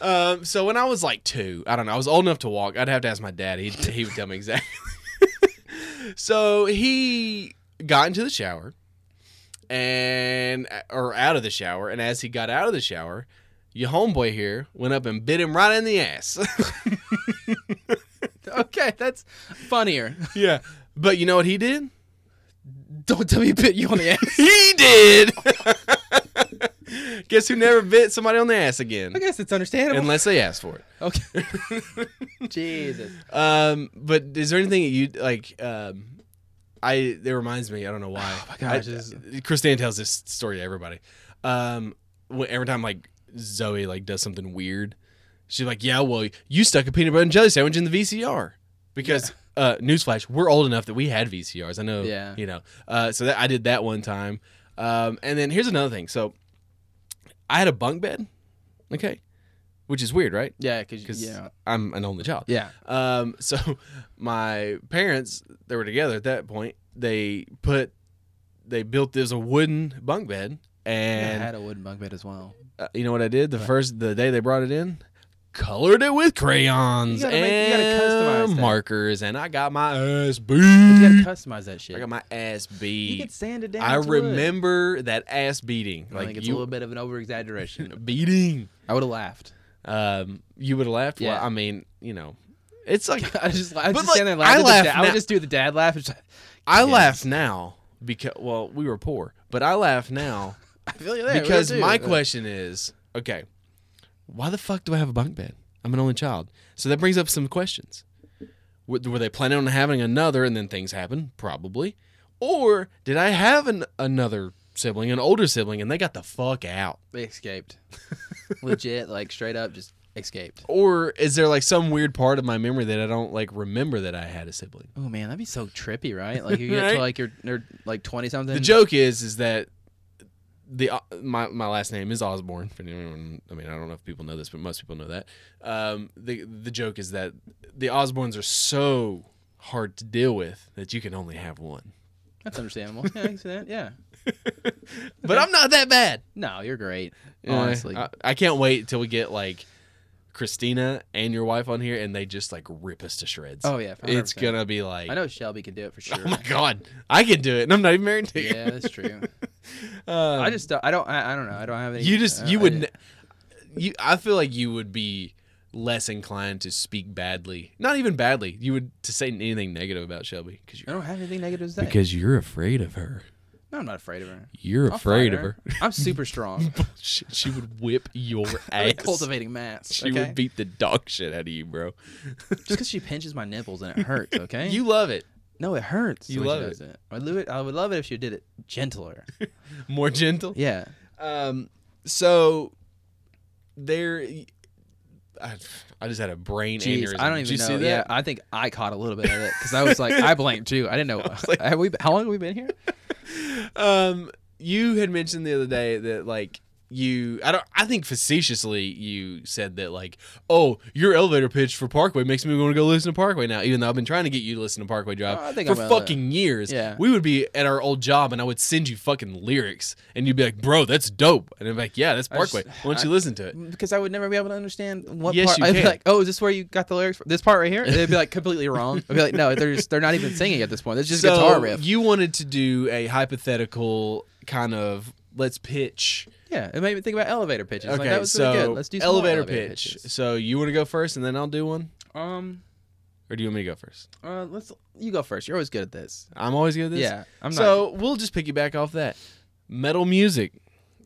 Speaker 1: Um, so when I was like two, I don't know. I was old enough to walk. I'd have to ask my dad. He he would tell me exactly. so he got into the shower, and uh, or out of the shower, and as he got out of the shower, your homeboy here went up and bit him right in the ass.
Speaker 2: Okay, that's funnier.
Speaker 1: yeah. But you know what he did?
Speaker 2: Don't tell me you bit you on the ass.
Speaker 1: He did. Guess who never bit somebody on the ass again,
Speaker 2: I guess it's understandable.
Speaker 1: unless they asked for it.
Speaker 2: okay. Jesus.
Speaker 1: Um, but is there anything that you like? Um, I it reminds me. I don't know why. Oh my
Speaker 2: gosh, this
Speaker 1: I, Christine tells this story to everybody. Um, wh- every time like Zoe like does something weird, she's like, "Yeah, well, you stuck a peanut butter and jelly sandwich in the VCR because." Uh, newsflash: We're old enough that we had VCRs. I know,
Speaker 2: Yeah.
Speaker 1: you know. Uh, so that I did that one time. Um, and then here's another thing. So I had a bunk bed. Okay, which is weird, right?
Speaker 2: Yeah, because
Speaker 1: Because
Speaker 2: yeah,
Speaker 1: I'm an only child.
Speaker 2: yeah,
Speaker 1: Um, so my parents, they were together at that point. They put, they built this a wooden bunk bed,
Speaker 2: and I
Speaker 1: and
Speaker 2: had a wooden bunk bed as well.
Speaker 1: uh, you know what I did? The
Speaker 2: What?
Speaker 1: first, the day they brought it in, colored it with crayons
Speaker 2: You gotta make- you gotta customize
Speaker 1: and
Speaker 2: that.
Speaker 1: markers, and I got my ass
Speaker 2: But you
Speaker 1: beat.
Speaker 2: gotta customize that shit.
Speaker 1: I got my ass
Speaker 2: you
Speaker 1: beat.
Speaker 2: could sand it down.
Speaker 1: I
Speaker 2: it's wood.
Speaker 1: remember that ass beating,
Speaker 2: I
Speaker 1: like
Speaker 2: think it's a
Speaker 1: you
Speaker 2: little bit of an over exaggeration.
Speaker 1: beating.
Speaker 2: I would have laughed.
Speaker 1: Um, you would have laughed.
Speaker 2: Yeah.
Speaker 1: Well, I mean, you know, it's like
Speaker 2: I just, I
Speaker 1: But,
Speaker 2: was just
Speaker 1: like,
Speaker 2: stand there
Speaker 1: I
Speaker 2: laughing. I,
Speaker 1: laugh
Speaker 2: I would
Speaker 1: now-
Speaker 2: just do the dad laugh. It's like,
Speaker 1: I
Speaker 2: Yes.
Speaker 1: laugh now because well, we were poor, but I laugh now
Speaker 2: I feel you there. we
Speaker 1: because
Speaker 2: do.
Speaker 1: my
Speaker 2: Uh,
Speaker 1: question is, okay, why the fuck do I have a bunk bed? I'm an only child, so that brings up some questions. Were, were they planning on having another, and then things happen? Probably, or did I have an, another sibling, an older sibling, and they got the fuck out?
Speaker 2: They escaped. Legit, like straight up, just escaped.
Speaker 1: Or is there like some weird part of my memory that I don't like remember that I had a sibling?
Speaker 2: Oh man, that'd be so trippy, right? Like you get
Speaker 1: Right?
Speaker 2: to like you're, you're like twenty something.
Speaker 1: The joke is is that the uh, my my last name is Osborne. If anyone, I mean, I don't know if people know this, but most people know that. Um, the the joke is that the Osbornes are so hard to deal with that you can only have one.
Speaker 2: That's understandable. yeah, I can see that. Yeah.
Speaker 1: But I'm not that bad.
Speaker 2: No, you're great. Honestly,
Speaker 1: I, I can't wait until we get like Christina and your wife on here, and they just like rip us to shreds.
Speaker 2: Oh, yeah,
Speaker 1: it's
Speaker 2: 100%.
Speaker 1: gonna be like.
Speaker 2: I know Shelby can do it for sure.
Speaker 1: Oh my god, I can do it, and I'm not even married to you.
Speaker 2: yeah, that's true.
Speaker 1: Um,
Speaker 2: I just don't- I don't I, I don't know. I don't have any.
Speaker 1: you just
Speaker 2: uh,
Speaker 1: you
Speaker 2: I
Speaker 1: would
Speaker 2: didn't-
Speaker 1: ne- you i feel like you would be less inclined to speak badly not even badly you would to say anything negative about shelby because
Speaker 2: I
Speaker 1: you're
Speaker 2: don't have anything negative to say.
Speaker 1: you're afraid of her
Speaker 2: no, I'm not afraid of her.
Speaker 1: you're
Speaker 2: I'll fight I'm super strong.
Speaker 1: she, she would whip your
Speaker 2: I'm
Speaker 1: ass
Speaker 2: cultivating mass.
Speaker 1: she
Speaker 2: okay?
Speaker 1: would beat the dog shit out of you bro
Speaker 2: just because she pinches my nipples and it hurts. Okay.
Speaker 1: you love it
Speaker 2: no, it hurts.
Speaker 1: You
Speaker 2: when she
Speaker 1: love it.
Speaker 2: does I would love it. I would love it if she did it gentler.
Speaker 1: more gentle
Speaker 2: Yeah.
Speaker 1: um so there I, I just had a brain
Speaker 2: Jeez,
Speaker 1: aneurysm.
Speaker 2: I don't even
Speaker 1: Did you
Speaker 2: know.
Speaker 1: see that?
Speaker 2: Yeah, I think I caught a little bit of it because I was like, I blanked too. I didn't know. have we? How long have we been here?
Speaker 1: Um, you had mentioned the other day that like you, I don't, I think facetiously you said that like, oh, your elevator pitch for Parkway makes me want to go listen to Parkway now, even though I've been trying to get you to listen to Parkway Drive
Speaker 2: Oh, I think
Speaker 1: for
Speaker 2: I'm gonna-
Speaker 1: fucking years.
Speaker 2: Yeah.
Speaker 1: we would be at our old job, and I would send you fucking lyrics, and you'd be like, bro, that's dope, and I'm like, yeah, that's
Speaker 2: I just-
Speaker 1: Parkway. Why don't you listen to it?
Speaker 2: Because I would never be able to understand what
Speaker 1: Yes,
Speaker 2: part.
Speaker 1: you
Speaker 2: I'd
Speaker 1: can.
Speaker 2: be like, oh, is this where you got the lyrics? From? This part right here? They'd be like completely wrong. I'd be like, no, they're just they're not even singing at this point. It's just a
Speaker 1: so
Speaker 2: guitar riff.
Speaker 1: you wanted to do a hypothetical kind of let's pitch.
Speaker 2: yeah, it made me think about elevator pitches.
Speaker 1: Okay,
Speaker 2: like, that was
Speaker 1: so
Speaker 2: really good. Let's do some more
Speaker 1: elevator,
Speaker 2: elevator
Speaker 1: pitch.
Speaker 2: pitches.
Speaker 1: So you want to go first, and then I'll do one.
Speaker 2: Um,
Speaker 1: Or do you want me to go first?
Speaker 2: uh, let's you go first. You're always good at this.
Speaker 1: I'm always good at this.
Speaker 2: Yeah, I'm not.
Speaker 1: so we'll just piggyback off that. Metal music.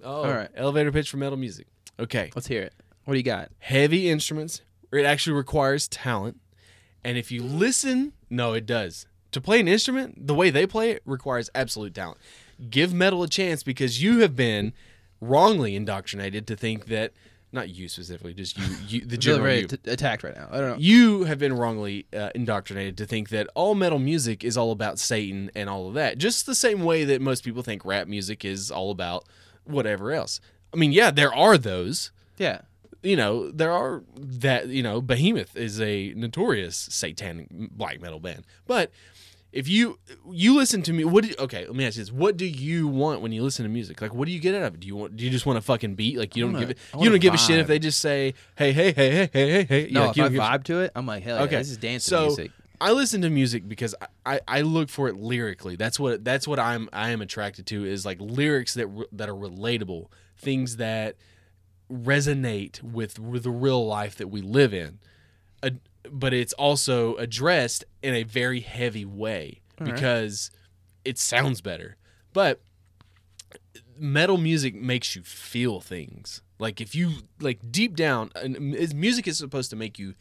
Speaker 1: Oh,
Speaker 2: All right.
Speaker 1: Elevator pitch for metal music. Okay.
Speaker 2: let's hear it. What do you got?
Speaker 1: Heavy instruments. It actually requires talent. And if you listen, no, it does. To play an instrument, the way they play it requires absolute talent. Give metal a chance because you have been wrongly indoctrinated to think that, not you specifically, just you, you the
Speaker 2: I feel
Speaker 1: general
Speaker 2: very
Speaker 1: you.
Speaker 2: t- attacked right now. I don't know.
Speaker 1: you have been wrongly uh, indoctrinated to think that all metal music is all about Satan and all of that, just the same way that most people think rap music is all about whatever else. I mean, yeah, there are those.
Speaker 2: Yeah,
Speaker 1: You know, there are that. You know, Behemoth is a notorious satanic black metal band, but if you you listen to me, what? Do, okay, let me ask you this: What do you want when you listen to music? Like, what do you get out of it? Do you want? Do you just want a fucking beat? Like, you
Speaker 2: I
Speaker 1: don't
Speaker 2: wanna-
Speaker 1: give it.
Speaker 2: I
Speaker 1: You
Speaker 2: wanna
Speaker 1: don't give a shit
Speaker 2: vibe.
Speaker 1: if they just say, "Hey, hey, hey, hey, hey, hey, hey."
Speaker 2: no,
Speaker 1: like, you
Speaker 2: if I
Speaker 1: don't give a
Speaker 2: vibe to it, I'm like, hell
Speaker 1: Okay,
Speaker 2: yeah, this is dancing
Speaker 1: so-
Speaker 2: music.
Speaker 1: I listen to music because I, I, I look for it lyrically. That's what that's what I'm I am attracted to is like lyrics that re- that are relatable, things that resonate with, with the real life that we live in. Uh, but it's also addressed in a very heavy way
Speaker 2: All right.
Speaker 1: because it sounds better. But metal music makes you feel things. Like if you like deep down, and m- is- music is supposed to make you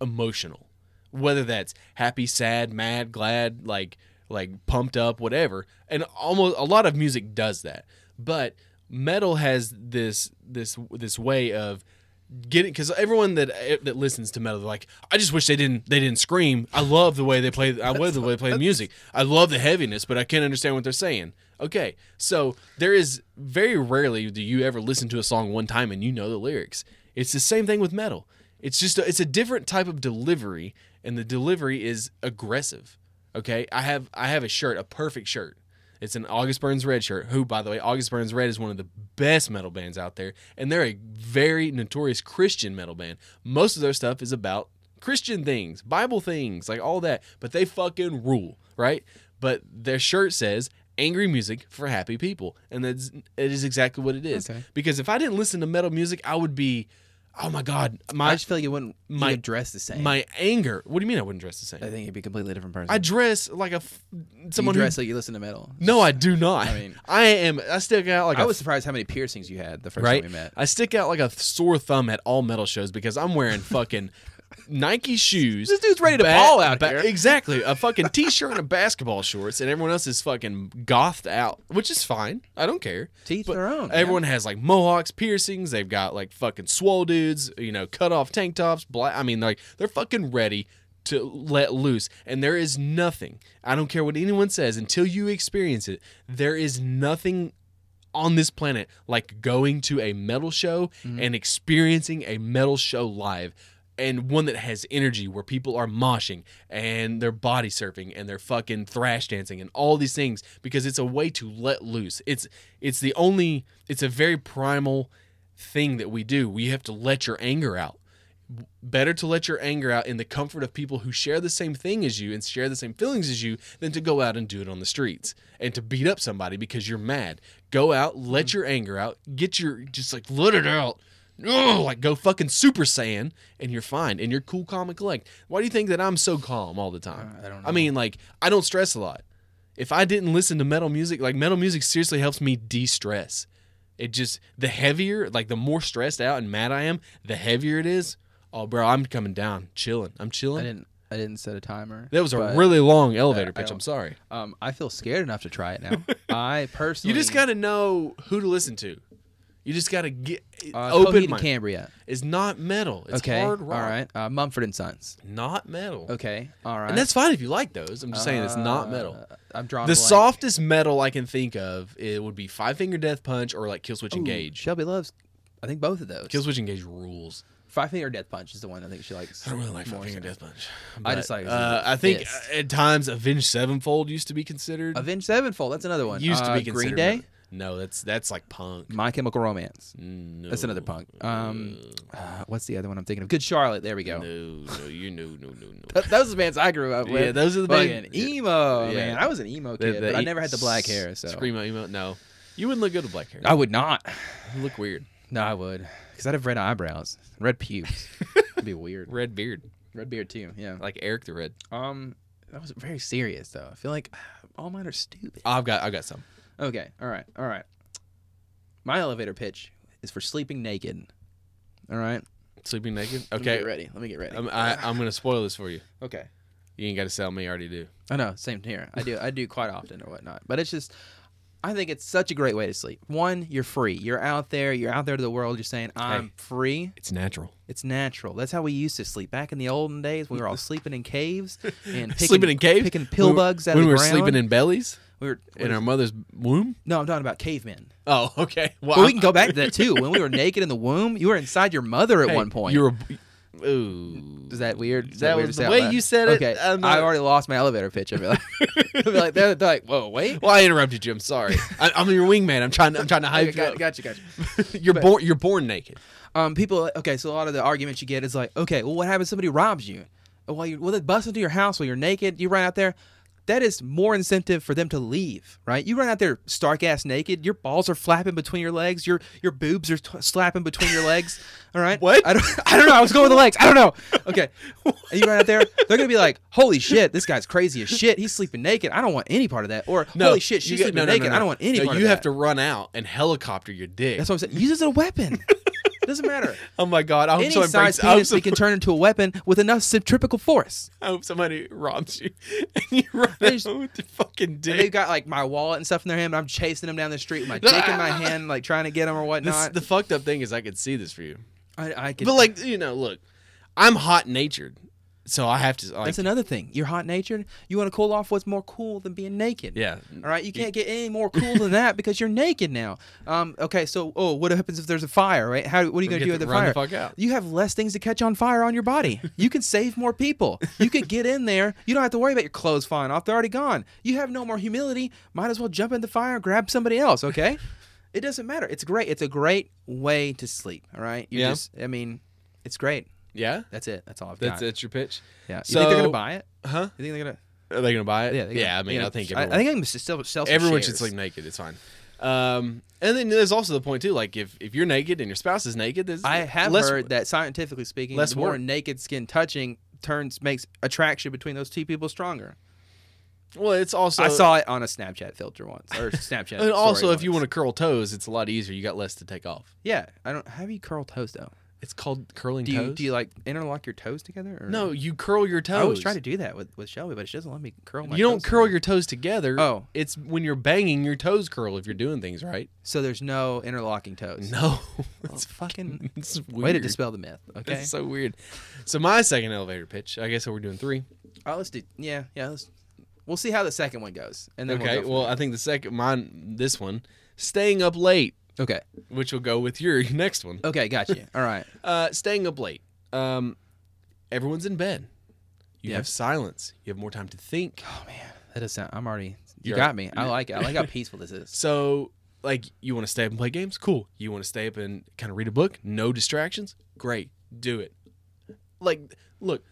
Speaker 1: emotional, whether that's happy, sad, mad, glad, like like pumped up, whatever. And almost a lot of music does that, but metal has this this this way of getting because everyone that eh, that listens to metal they're like i just wish they didn't they didn't scream i love the way they play i love the way they play the music i love the heaviness but i can't understand what they're saying okay so there is very rarely do you ever listen to a song one time and you know the lyrics It's the same thing with metal. It's just a, it's a different type of delivery, and the delivery is aggressive. Okay, I have I have a shirt, a perfect shirt. It's an August Burns Red shirt. Who, by the way, August Burns Red is one of the best metal bands out there, and they're a very notorious Christian metal band. Most of their stuff is about Christian things, Bible things, like all that. But they fucking rule, right? But their shirt says "Angry music for happy people," and that's it is exactly what it is.
Speaker 2: Okay.
Speaker 1: Because if I didn't listen to metal music, I would be, oh my god,
Speaker 2: I
Speaker 1: my
Speaker 2: just feel like you wouldn't you
Speaker 1: my-
Speaker 2: would dress the same.
Speaker 1: my anger. What do you mean I wouldn't dress the same?
Speaker 2: I think you'd be a completely different person.
Speaker 1: I dress like a f- someone
Speaker 2: you
Speaker 1: who
Speaker 2: Uh, dress like you listen to metal.
Speaker 1: no, I do not. I
Speaker 2: I
Speaker 1: mean,
Speaker 2: mean-
Speaker 1: I am. I stick out like
Speaker 2: I
Speaker 1: a
Speaker 2: was surprised how many piercings you had the first
Speaker 1: right.
Speaker 2: time we met.
Speaker 1: I stick out like a sore thumb at all metal shows because I'm wearing fucking Nike shoes.
Speaker 2: This dude's ready to
Speaker 1: ba-
Speaker 2: ball out
Speaker 1: ba-
Speaker 2: here.
Speaker 1: Exactly, a fucking t-shirt and a basketball shorts, and everyone else is fucking gothed out, which is fine. I don't care.
Speaker 2: Teach
Speaker 1: But
Speaker 2: their own. man.
Speaker 1: Everyone has like mohawks, piercings. They've got like fucking swole dudes, you know, cut off tank tops. Black. I mean, like they're fucking ready to let loose. And there is nothing. I don't care what anyone says until you experience it. There is nothing on this planet like going to a metal show and experiencing a metal show live and one that has energy where people are moshing and they're body surfing and they're fucking thrash dancing and all these things because it's a way to let loose. It's it's the only it's a very primal thing that we do. We have to let your anger out. Better to let your anger out in the comfort of people who share the same thing as you and share the same feelings as you than to go out and do it on the streets and to beat up somebody because you're mad. Go out,
Speaker 2: Mm.
Speaker 1: let your anger out, get your just like let it out. Ugh, like go fucking Super Saiyan and you're fine and you're cool, calm, and collect. Why do you think that I'm so calm all the time?
Speaker 2: Uh, I don't
Speaker 1: I mean, like I don't stress a lot. If I didn't listen to metal music, like metal music seriously helps me de-stress. It just the heavier, like the more stressed out and mad I am, the heavier it is. Oh, bro, I'm coming down, chilling. I'm
Speaker 2: I
Speaker 1: chilling.
Speaker 2: didn't. I didn't set a timer.
Speaker 1: That was a
Speaker 2: but,
Speaker 1: really long elevator
Speaker 2: I
Speaker 1: pitch. I'm
Speaker 2: don't-
Speaker 1: sorry.
Speaker 2: Um, I feel scared enough to try it now. I
Speaker 1: You
Speaker 2: personally.
Speaker 1: just gotta know who to listen to. You just gotta get
Speaker 2: uh,
Speaker 1: open.
Speaker 2: Coheed and
Speaker 1: Mind.
Speaker 2: Cambria.
Speaker 1: It's not metal. It's
Speaker 2: okay.
Speaker 1: hard rock.
Speaker 2: All right. Uh, Mumford and Sons.
Speaker 1: Not metal.
Speaker 2: Okay. All right.
Speaker 1: And that's fine if you like those. I'm just saying it's not metal.
Speaker 2: Uh, I'm drawing
Speaker 1: The
Speaker 2: a blank.
Speaker 1: softest metal I can think of it would be Five Finger Death Punch or like Killswitch
Speaker 2: Ooh,
Speaker 1: Engage.
Speaker 2: Hmm, Shelby loves. I think both of those.
Speaker 1: Killswitch Engage rules.
Speaker 2: Five Finger Death Punch is the one I think she likes.
Speaker 1: I don't really like Five
Speaker 2: more
Speaker 1: Finger
Speaker 2: so.
Speaker 1: Death Punch.
Speaker 2: I just like
Speaker 1: Uh, I think
Speaker 2: this.
Speaker 1: uh, at times Avenged Sevenfold used to be considered.
Speaker 2: Avenged Sevenfold. That's another one.
Speaker 1: used to
Speaker 2: Uh,
Speaker 1: be considered.
Speaker 2: Green Day.
Speaker 1: No, that's that's like punk.
Speaker 2: My Chemical Romance.
Speaker 1: No,
Speaker 2: That's another punk. Um, uh, what's the other one I'm thinking of? Good Charlotte. There we go.
Speaker 1: No, no, you no, no, no, no.
Speaker 2: Th- those are the bands I grew up with.
Speaker 1: Yeah, those are the
Speaker 2: Fucking
Speaker 1: big-
Speaker 2: emo
Speaker 1: Yeah. e
Speaker 2: man. I was an emo kid, but I never had the black hair. So
Speaker 1: screamo emo. No, you wouldn't look good with black hair.
Speaker 2: I would not.
Speaker 1: You look weird.
Speaker 2: No, I would, because I'd have red eyebrows, red pubes. It'd be weird.
Speaker 1: Red beard,
Speaker 2: Red beard too. Yeah.
Speaker 1: like Eric the Red.
Speaker 2: Um, that was very serious though. I feel like all mine are stupid.
Speaker 1: I've got, I've got some.
Speaker 2: Okay. All right. All right. My elevator pitch is for sleeping naked. All right.
Speaker 1: Sleeping naked.
Speaker 2: Let me get
Speaker 1: Okay,
Speaker 2: ready. Let me get ready.
Speaker 1: I'm, I, I'm gonna spoil this for you.
Speaker 2: okay.
Speaker 1: You ain't got to sell me. I already do.
Speaker 2: I know, same here. I do, I do quite often or whatnot. But it's just, I think it's such a great way to sleep. One, you're free. You're out there. You're out there to the world. You're saying, I'm free.
Speaker 1: It's natural.
Speaker 2: It's natural. That's how we used to sleep back in the olden days. We were all sleeping in caves and picking,
Speaker 1: sleeping in caves,
Speaker 2: picking pill
Speaker 1: When we-
Speaker 2: bugs out
Speaker 1: when
Speaker 2: of the
Speaker 1: we were
Speaker 2: ground.
Speaker 1: sleeping in bellies
Speaker 2: we were,
Speaker 1: in our mother's womb.
Speaker 2: no, I'm talking about cavemen.
Speaker 1: Oh, okay. Well,
Speaker 2: But we can go back to that too. When we were naked in the womb, you were inside your mother at
Speaker 1: Hey,
Speaker 2: one point.
Speaker 1: You were. Ooh.
Speaker 2: Is that weird? Is
Speaker 1: That
Speaker 2: weird
Speaker 1: was
Speaker 2: to say
Speaker 1: the
Speaker 2: out
Speaker 1: way
Speaker 2: loud?
Speaker 1: you said it.
Speaker 2: Okay,
Speaker 1: I'm
Speaker 2: I
Speaker 1: not-
Speaker 2: already lost my elevator pitch. I'd be like, I'd be like they're, they're like, whoa, wait.
Speaker 1: Well, I interrupted you. I'm sorry. I, I'm your wingman. I'm trying. I'm trying to hype
Speaker 2: Okay,
Speaker 1: you
Speaker 2: got,
Speaker 1: up.
Speaker 2: got you, got you.
Speaker 1: you're born. You're born naked.
Speaker 2: um, people okay so a lot of the arguments you get is like okay well what happens if somebody robs you well, you, well they bust into your house while you're naked you run out there that is more incentive for them to leave right you run out there stark ass naked your balls are flapping between your legs your your boobs are t- slapping between your legs all right
Speaker 1: What?
Speaker 2: I don't, I don't know i was going with the legs i don't know okay and you run out there they're gonna be like holy shit this guy's crazy as shit he's sleeping naked i don't want any part of that or holy shit
Speaker 1: you
Speaker 2: she's
Speaker 1: got-
Speaker 2: sleeping
Speaker 1: no, no, no,
Speaker 2: naked
Speaker 1: no.
Speaker 2: i don't want any
Speaker 1: No,
Speaker 2: part
Speaker 1: you
Speaker 2: of
Speaker 1: have
Speaker 2: that
Speaker 1: to run out and helicopter your dick.
Speaker 2: that's what i'm saying use it as a weapon doesn't matter
Speaker 1: oh my god! I hope
Speaker 2: any
Speaker 1: someone
Speaker 2: size
Speaker 1: breaks. I hope,
Speaker 2: penis we
Speaker 1: some-
Speaker 2: can turn into a weapon with enough centripetal force.
Speaker 1: I hope somebody robs you and you run
Speaker 2: They just-
Speaker 1: out with your fucking
Speaker 2: They've
Speaker 1: dick.
Speaker 2: got like my wallet and stuff in their hand, but I'm chasing them down the street with my dick in my hand, like trying to get them or
Speaker 1: This-
Speaker 2: whatnot.
Speaker 1: the fucked up thing is, I could see this for you.
Speaker 2: I, I could,
Speaker 1: But like you know, look, I'm hot natured. so I have to. Like,
Speaker 2: That's another thing. You're hot natured. You want to cool off what's more cool than being naked.
Speaker 1: yeah.
Speaker 2: All right, you can't get any more cool than that because you're naked now. Um, okay, so oh, what happens if there's a fire? Right? How what are you
Speaker 1: We
Speaker 2: gonna
Speaker 1: get to
Speaker 2: do with the
Speaker 1: run
Speaker 2: fire?
Speaker 1: the fuck out.
Speaker 2: You have less things to catch on fire on your body. You can save more people. You could get in there. You don't have to worry about your clothes flying off. They're already gone. You have no more humility. Might as well jump in the fire and grab somebody else. Okay, it doesn't matter. It's great. It's a great way to sleep. All right. You
Speaker 1: Yeah.
Speaker 2: just I mean, it's great.
Speaker 1: Yeah.
Speaker 2: That's it. That's all I've
Speaker 1: That's
Speaker 2: got.
Speaker 1: that's your pitch.
Speaker 2: Yeah. You think they're gonna
Speaker 1: So-
Speaker 2: buy it?
Speaker 1: Huh?
Speaker 2: You think they're gonna?
Speaker 1: Are they gonna buy it?
Speaker 2: Yeah. they're
Speaker 1: yeah.
Speaker 2: gonna-
Speaker 1: I mean,
Speaker 2: you know,
Speaker 1: I think
Speaker 2: I,
Speaker 1: everyone,
Speaker 2: think I can still sell. some
Speaker 1: everyone should
Speaker 2: shares.
Speaker 1: sleep naked. It's fine. Um, and then there's also the point too. Like if, if you're naked and your spouse is naked, there's
Speaker 2: I have
Speaker 1: less,
Speaker 2: heard that scientifically speaking,
Speaker 1: less
Speaker 2: the more
Speaker 1: work.
Speaker 2: naked skin touching turns makes attraction between those two people stronger.
Speaker 1: Well, it's also
Speaker 2: I saw it on a Snapchat filter once, or Snapchat.
Speaker 1: And also, if you want
Speaker 2: want
Speaker 1: to curl toes, it's a lot easier. You got less to take off.
Speaker 2: yeah, I don't. How do you curl toes though?
Speaker 1: It's called curling
Speaker 2: Do
Speaker 1: toes.
Speaker 2: you do you like interlock your toes together? Or?
Speaker 1: no, you curl your toes.
Speaker 2: I always try to do that with, with Shelby, but she doesn't let me curl my.
Speaker 1: you don't
Speaker 2: toes.
Speaker 1: curl your toes together.
Speaker 2: Oh.
Speaker 1: it's when you're banging your toes curl if you're doing things right.
Speaker 2: So there's no interlocking toes.
Speaker 1: No,
Speaker 2: it's fucking
Speaker 1: it's weird.
Speaker 2: way to dispel the myth. Okay.
Speaker 1: That's so weird. So my second elevator pitch. I guess we're doing three.
Speaker 2: oh, let's do. Yeah, yeah. Let's, we'll see how the second one goes, and then
Speaker 1: Okay.
Speaker 2: We'll, go
Speaker 1: well, I think the second mine this one, staying up late,
Speaker 2: from- okay.
Speaker 1: which will go with your next one.
Speaker 2: Okay. Got you. All right.
Speaker 1: Uh, staying up late. Um, everyone's in bed. You
Speaker 2: Yeah.
Speaker 1: have silence. You have more time to think.
Speaker 2: Oh man, that does sound. I'm already. You
Speaker 1: You're-
Speaker 2: got me. I like it. I like how peaceful this is.
Speaker 1: So, like, you want to stay up and play games? Cool. You want to stay up and kind of read a book? No distractions? Great. Do it. Like, look,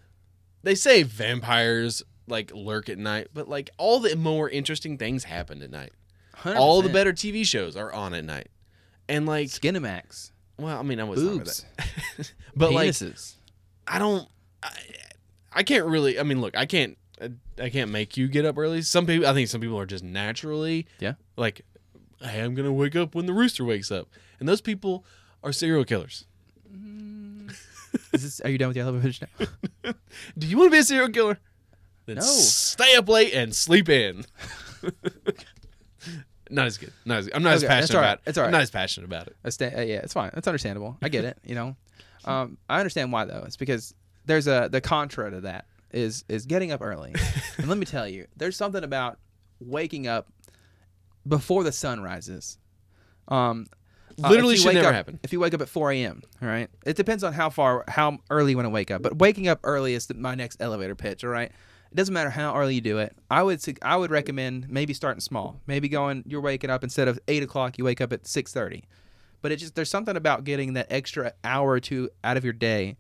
Speaker 1: they say vampires like lurk at night, but like all the more interesting things happen at night.
Speaker 2: 100%.
Speaker 1: All the better TV shows are on at night. And like,
Speaker 2: Skinamax,
Speaker 1: well, I mean, I was
Speaker 2: boobs,
Speaker 1: but like,
Speaker 2: penises.
Speaker 1: I don't. I, I can't really. I mean, look, I can't. I, I can't make you get up early. Some people, I think, some people are just naturally.
Speaker 2: Yeah.
Speaker 1: Like, hey, I'm gonna wake up when the rooster wakes up, and those people are serial killers.
Speaker 2: Is this, are you done with the elevator pitch now?
Speaker 1: Do you want to be a serial killer? Then
Speaker 2: No.
Speaker 1: stay up late and sleep in. not as good. Not as. I'm not as
Speaker 2: Okay,
Speaker 1: passionate
Speaker 2: that's all right,
Speaker 1: about. it.
Speaker 2: that's all
Speaker 1: I'm
Speaker 2: right.
Speaker 1: not as passionate about it.
Speaker 2: I sta- uh, yeah, it's fine. It's understandable. I get it. You know, um, I understand why though. It's because there's a the contra to that is is getting up early, and let me tell you, there's something about waking up before the sun rises. Um, uh, if
Speaker 1: Literally
Speaker 2: you
Speaker 1: should
Speaker 2: wake
Speaker 1: never
Speaker 2: up-
Speaker 1: happen.
Speaker 2: If you wake up at 4 a.m., all right, it depends on how far, how early you want to wake up. But waking up early is the, my next elevator pitch. All right, it doesn't matter how early you do it. I would, sug- I would recommend maybe starting small. Maybe going, you're waking up instead of eight o'clock, you wake up at 6:30. But it just there's something about getting that extra hour or two out of your day.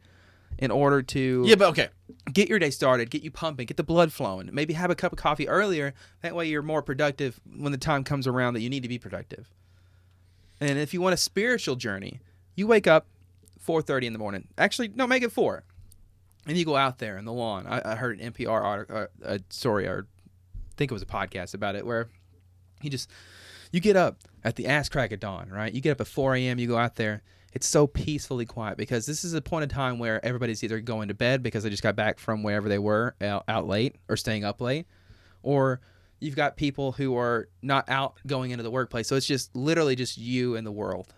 Speaker 2: In order to
Speaker 1: Yeah, but okay.
Speaker 2: get your day started, get you pumping, get the blood flowing. Maybe have a cup of coffee earlier. That way you're more productive when the time comes around that you need to be productive. And if you want a spiritual journey, you wake up 4:30 in the morning. Actually, no, make it 4. And you go out there in the lawn. I, I heard an NPR article, uh, uh, story, or I think it was a podcast about it, where he just you get up at the ass crack of dawn, right? You get up at 4 a.m. You go out there. It's so peacefully quiet because this is a point in time where everybody's either going to bed because they just got back from wherever they were out, out late or staying up late, or you've got people who are not out going into the workplace. So it's just literally just you and the world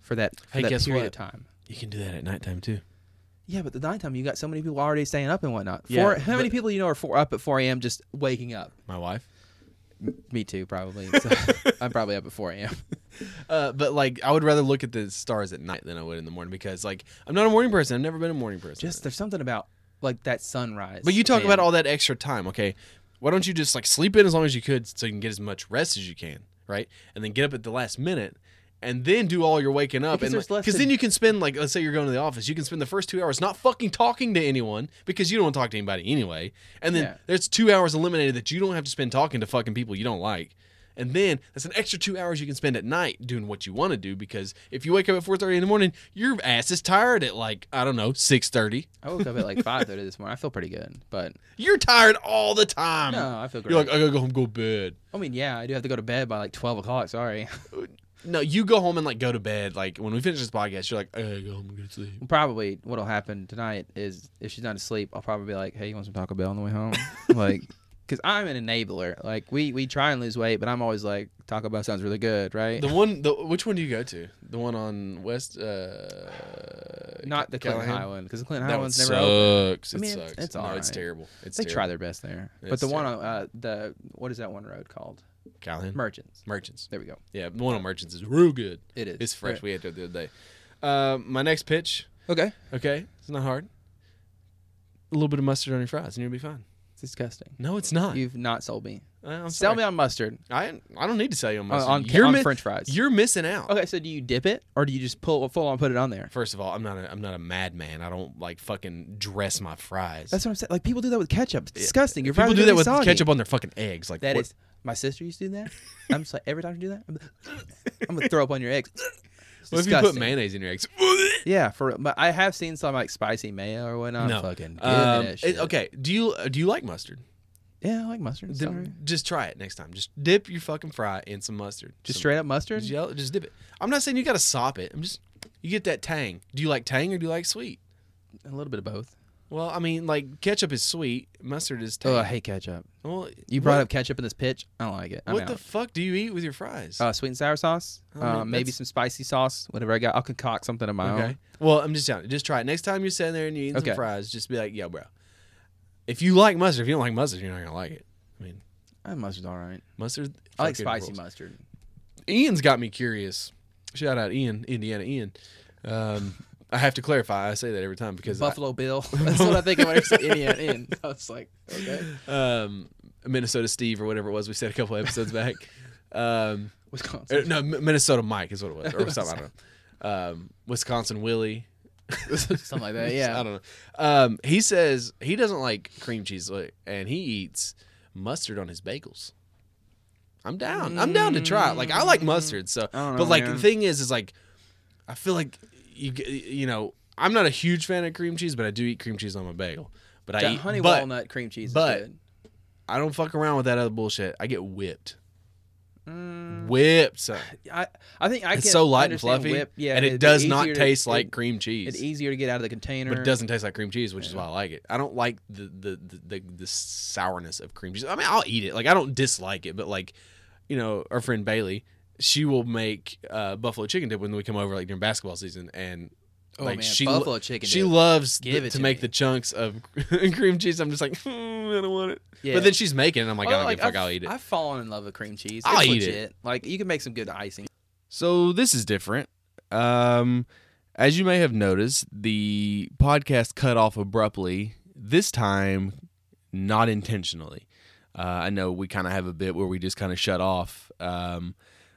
Speaker 2: for that, for
Speaker 1: Hey,
Speaker 2: that
Speaker 1: guess
Speaker 2: period
Speaker 1: what?
Speaker 2: of time.
Speaker 1: You can do that at nighttime too.
Speaker 2: Yeah, but the nighttime you got so many people already staying up and whatnot.
Speaker 1: Yeah,
Speaker 2: Four, how many
Speaker 1: but-
Speaker 2: people you know are four, up at four a.m. just waking up?
Speaker 1: My wife.
Speaker 2: Me too, probably. So I'm probably up at four a.m.
Speaker 1: Uh, but like, I would rather look at the stars at night than I would in the morning because, like, I'm not a morning person. I've never been a morning person.
Speaker 2: Just there's something about like that sunrise.
Speaker 1: but you talk
Speaker 2: man.
Speaker 1: about all that extra time, okay? Why don't you just like sleep in as long as you could so you can get as much rest as you can, right? And then get up at the last minute, and then do all your waking up,
Speaker 2: Because
Speaker 1: and
Speaker 2: there's less
Speaker 1: because
Speaker 2: to-
Speaker 1: then you can spend like, let's say you're going to the office, you can spend the first two hours not fucking talking to anyone because you don't want to talk to anybody anyway, and then
Speaker 2: Yeah.
Speaker 1: there's two hours eliminated that you don't have to spend talking to fucking people you don't like. And then that's an extra two hours you can spend at night doing what you want to do because if you wake up at four thirty in the morning, your ass is tired at like I don't know six thirty.
Speaker 2: I woke up at like five thirty this morning. I feel pretty good, but
Speaker 1: You're tired all the time.
Speaker 2: no, I feel great.
Speaker 1: You're like, I gotta go home, go to bed.
Speaker 2: I mean, yeah, I do have to go to bed by like twelve o'clock. Sorry,
Speaker 1: No, you go home and like go to bed. Like when we finish this podcast, you're like, I gotta go home and go to sleep.
Speaker 2: probably what'll happen tonight is if she's not asleep, I'll probably be like, "Hey, you want some Taco Bell on the way home?" like, because I'm an enabler. Like we we try and lose weight, but I'm always like Taco Bell sounds really good, right?
Speaker 1: The one, the which one do you go to? The one on West, uh,
Speaker 2: Not the Clinton
Speaker 1: Callahan?
Speaker 2: High one because the Clinton High
Speaker 1: that one
Speaker 2: one's
Speaker 1: sucks.
Speaker 2: never open.
Speaker 1: It
Speaker 2: I mean, it's-
Speaker 1: sucks.
Speaker 2: it's
Speaker 1: no,
Speaker 2: all
Speaker 1: it's
Speaker 2: right.
Speaker 1: terrible. It's
Speaker 2: They try
Speaker 1: terrible.
Speaker 2: their best there, but
Speaker 1: It's
Speaker 2: the one on uh, the what is that one road called?
Speaker 1: Callahan
Speaker 2: Merchants.
Speaker 1: Merchants.
Speaker 2: There we go.
Speaker 1: Yeah, the one on Merchants is real good.
Speaker 2: It is.
Speaker 1: It's fresh. We had it the other day. Uh, my next pitch.
Speaker 2: Okay,
Speaker 1: Okay, it's not hard. A little bit of mustard on your fries, and you'll be fine.
Speaker 2: it's disgusting.
Speaker 1: No, it's not.
Speaker 2: You've not sold me.
Speaker 1: Uh, I'm
Speaker 2: Sell
Speaker 1: sorry.
Speaker 2: me on mustard.
Speaker 1: I I don't need to sell you on
Speaker 2: Uh,
Speaker 1: mustard.
Speaker 2: on-
Speaker 1: you're
Speaker 2: on
Speaker 1: mi-
Speaker 2: french fries.
Speaker 1: You're missing out.
Speaker 2: Okay, so do you dip it or do you just pull full on put it on there?
Speaker 1: First of all, I'm not a, I'm not a madman. I don't like fucking dress my fries.
Speaker 2: That's what I'm saying. Like people do that with ketchup. It's disgusting. Your
Speaker 1: People
Speaker 2: fries
Speaker 1: do
Speaker 2: are
Speaker 1: that
Speaker 2: really
Speaker 1: with
Speaker 2: soggy.
Speaker 1: ketchup on their fucking eggs. Like
Speaker 2: That
Speaker 1: what-
Speaker 2: is, my sister used to do that. I'm just like every time you do that, I'm, I'm gonna throw up on your eggs. It's
Speaker 1: What if you put
Speaker 2: disgusting.
Speaker 1: mayonnaise in your eggs?
Speaker 2: Yeah, for real. but I have seen some like spicy mayo or whatnot.
Speaker 1: no.
Speaker 2: fucking give
Speaker 1: Um,
Speaker 2: me that
Speaker 1: it-
Speaker 2: shit.
Speaker 1: okay. Do you uh, do you like mustard?
Speaker 2: Yeah, I like mustard. It's
Speaker 1: Then
Speaker 2: all right.
Speaker 1: just try it next time. Just dip your fucking fry in some mustard.
Speaker 2: Just
Speaker 1: Some-
Speaker 2: straight up mustard.
Speaker 1: Just, yell, just dip it. I'm not saying you got to sop it. I'm just you get that tang. Do you like tang or do you like sweet?
Speaker 2: A little bit of both.
Speaker 1: Well, I mean, like ketchup is sweet, mustard is tang.
Speaker 2: Oh, I hate ketchup.
Speaker 1: well,
Speaker 2: You brought
Speaker 1: what,
Speaker 2: up ketchup in this pitch. I don't like it. I'm
Speaker 1: what
Speaker 2: out.
Speaker 1: the fuck do you eat with your fries?
Speaker 2: uh, sweet and sour sauce.
Speaker 1: mean,
Speaker 2: uh, maybe
Speaker 1: that's-
Speaker 2: some spicy sauce. Whatever I got, I'll concoct something of my
Speaker 1: Okay.
Speaker 2: own.
Speaker 1: Well, I'm just telling you, just try it. Next time you're sitting there and you're eating
Speaker 2: Oh. Okay.
Speaker 1: some fries, just be like, yo, bro. If you like mustard, if you don't like mustard, you're not gonna like it. I mean,
Speaker 2: I mustard's all right.
Speaker 1: mustard.
Speaker 2: I like
Speaker 1: fucking
Speaker 2: spicy
Speaker 1: rules.
Speaker 2: mustard.
Speaker 1: Ian's got me curious. Shout out Ian, Indiana Ian. Um, I have to clarify. I say that every time because I-
Speaker 2: Buffalo Bill. That's what I think of when I say Indiana Inn. I was like, okay.
Speaker 1: um, Minnesota Steve or whatever it was we said a couple episodes back. Um,
Speaker 2: Wisconsin.
Speaker 1: er, no, M- Minnesota Mike is what it was, or something. I don't know. Um, Wisconsin Willie.
Speaker 2: Something like that. Yeah.
Speaker 1: I don't know. Um, he says he doesn't like cream cheese, like, and he eats mustard on his bagels. I'm down. I'm down to try it. Like I like mustard, so.
Speaker 2: don't know,
Speaker 1: but like
Speaker 2: man.
Speaker 1: the thing is, is like, I feel like you, g- you know, I'm not a huge fan of cream cheese, but I do eat cream cheese on my bagel. But I
Speaker 2: That
Speaker 1: eat,
Speaker 2: honey
Speaker 1: but
Speaker 2: walnut cream cheese is
Speaker 1: but-
Speaker 2: good.
Speaker 1: I don't fuck around with that other bullshit. I get whipped. Whipped. son.
Speaker 2: Mm, I, I think I
Speaker 1: It's
Speaker 2: can
Speaker 1: so light and
Speaker 2: understand
Speaker 1: fluffy,
Speaker 2: whip. Yeah,
Speaker 1: and it
Speaker 2: it'd be
Speaker 1: does not
Speaker 2: easier to-
Speaker 1: taste like
Speaker 2: it-
Speaker 1: cream cheese.
Speaker 2: It's easier to get out of the container.
Speaker 1: But it doesn't taste like cream cheese, which is why I like it. I don't like the the, the the the sourness of cream cheese. I mean, I'll eat it. Like I don't dislike it, but like, you know, our friend Bailey, she will make uh, buffalo chicken dip when we come over, like during basketball season, and
Speaker 2: Oh,
Speaker 1: like
Speaker 2: man,
Speaker 1: she
Speaker 2: buffalo chicken.
Speaker 1: she
Speaker 2: dip.
Speaker 1: loves
Speaker 2: Give
Speaker 1: the-
Speaker 2: it
Speaker 1: to
Speaker 2: to
Speaker 1: make
Speaker 2: me.
Speaker 1: the chunks of cream cheese. I'm just like, "Hmm, I don't want it.
Speaker 2: Yeah.
Speaker 1: But then she's making, it, and I'm like, I don't
Speaker 2: like,
Speaker 1: give a fuck.
Speaker 2: I've-
Speaker 1: I'll eat it.
Speaker 2: I've fallen in love with cream cheese.
Speaker 1: I'll
Speaker 2: It's
Speaker 1: eat it.
Speaker 2: legit. Like you can make some good icing.
Speaker 1: So this is different. Um, as you may have noticed, the podcast cut off abruptly. This time, not intentionally. Uh, I know we kind of have a bit where we just kind of shut off, um,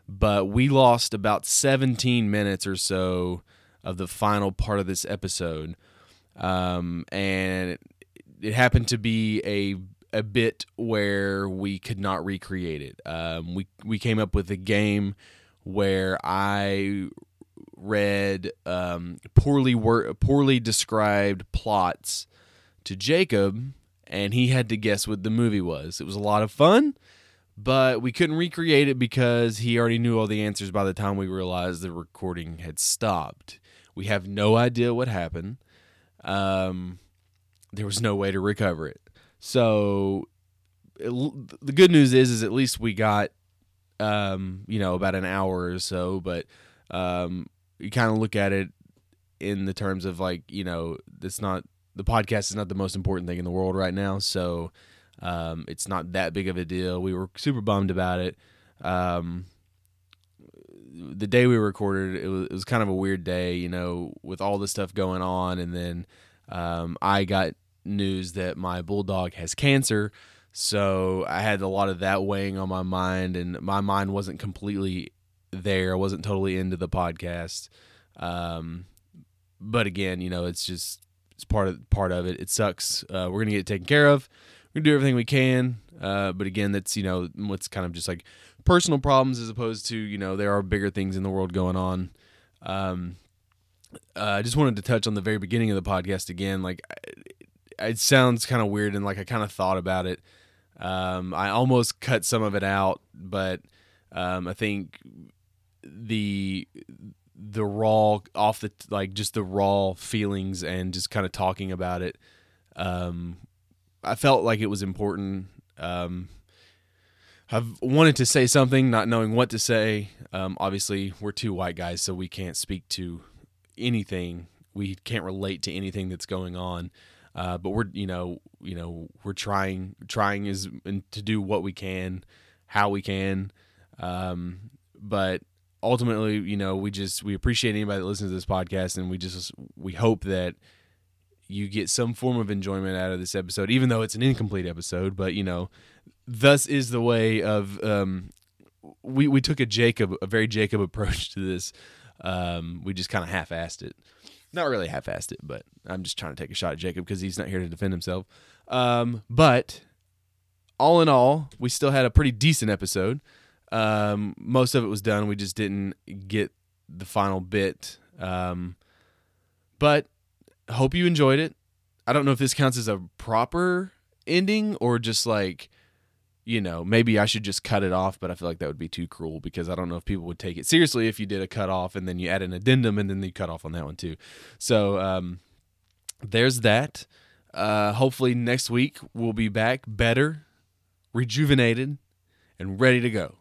Speaker 1: but we lost about 17 minutes or so of the final part of this episode, um, and it, it happened to be a a bit where we could not recreate it. Um, we we came up with a game where I read um, poorly wor- poorly described plots to Jacob, and he had to guess what the movie was. It was a lot of fun, but we couldn't recreate it because he already knew all the answers by the time we realized the recording had stopped. We have no idea what happened. Um, there was no way to recover it. So it, the good news is, is at least we got um, you know, about an hour or so, but um, you kind of look at it in the terms of like, you know, it's not the podcast is not the most important thing in the world right now, so um, it's not that big of a deal. We were super bummed about it. Um, the day we recorded, it was, it was kind of a weird day, you know, with all the stuff going on, and then um, I got news that my bulldog has cancer. So I had a lot of that weighing on my mind, and my mind wasn't completely there. I wasn't totally into the podcast. Um, but again, you know, it's just it's part of part of it. It sucks. Uh, we're gonna get it taken care of. We're gonna do everything we can. Uh, but again, that's you know what's kind of just like personal problems as opposed to you know there are bigger things in the world going on. Um, uh, I just wanted to touch on the very beginning of the podcast again. Like, I- it sounds kind of weird, and like I kind of thought about it. Um, I almost cut some of it out, but um, I think the the raw off the like just the raw feelings and just kind of talking about it. Um, I felt like it was important. Um, I've wanted to say something, not knowing what to say. Um, obviously, we're two white guys, so we can't speak to anything. We can't relate to anything that's going on. Uh, but we're, you know, you know, we're trying, trying is and to do what we can, how we can. Um, but ultimately, you know, we just we appreciate anybody that listens to this podcast, and we just we hope that you get some form of enjoyment out of this episode, even though it's an incomplete episode. But you know, thus is the way of um, we we took a Jacob a very Jacob approach to this. Um, we just kind of half-assed it, not really half-assed it, but I'm just trying to take a shot at Jacob because he's not here to defend himself. Um, but all in all, we still had a pretty decent episode. Um, most of it was done. We just didn't get the final bit. Um, but hope you enjoyed it. I don't know if this counts as a proper ending or just like, you know, maybe I should just cut it off, but I feel like that would be too cruel because I don't know if people would take it seriously if you did a cut off and then you add an addendum and then you cut off on that one too. So um, there's that. Uh, hopefully next week we'll be back better, rejuvenated, and ready to go.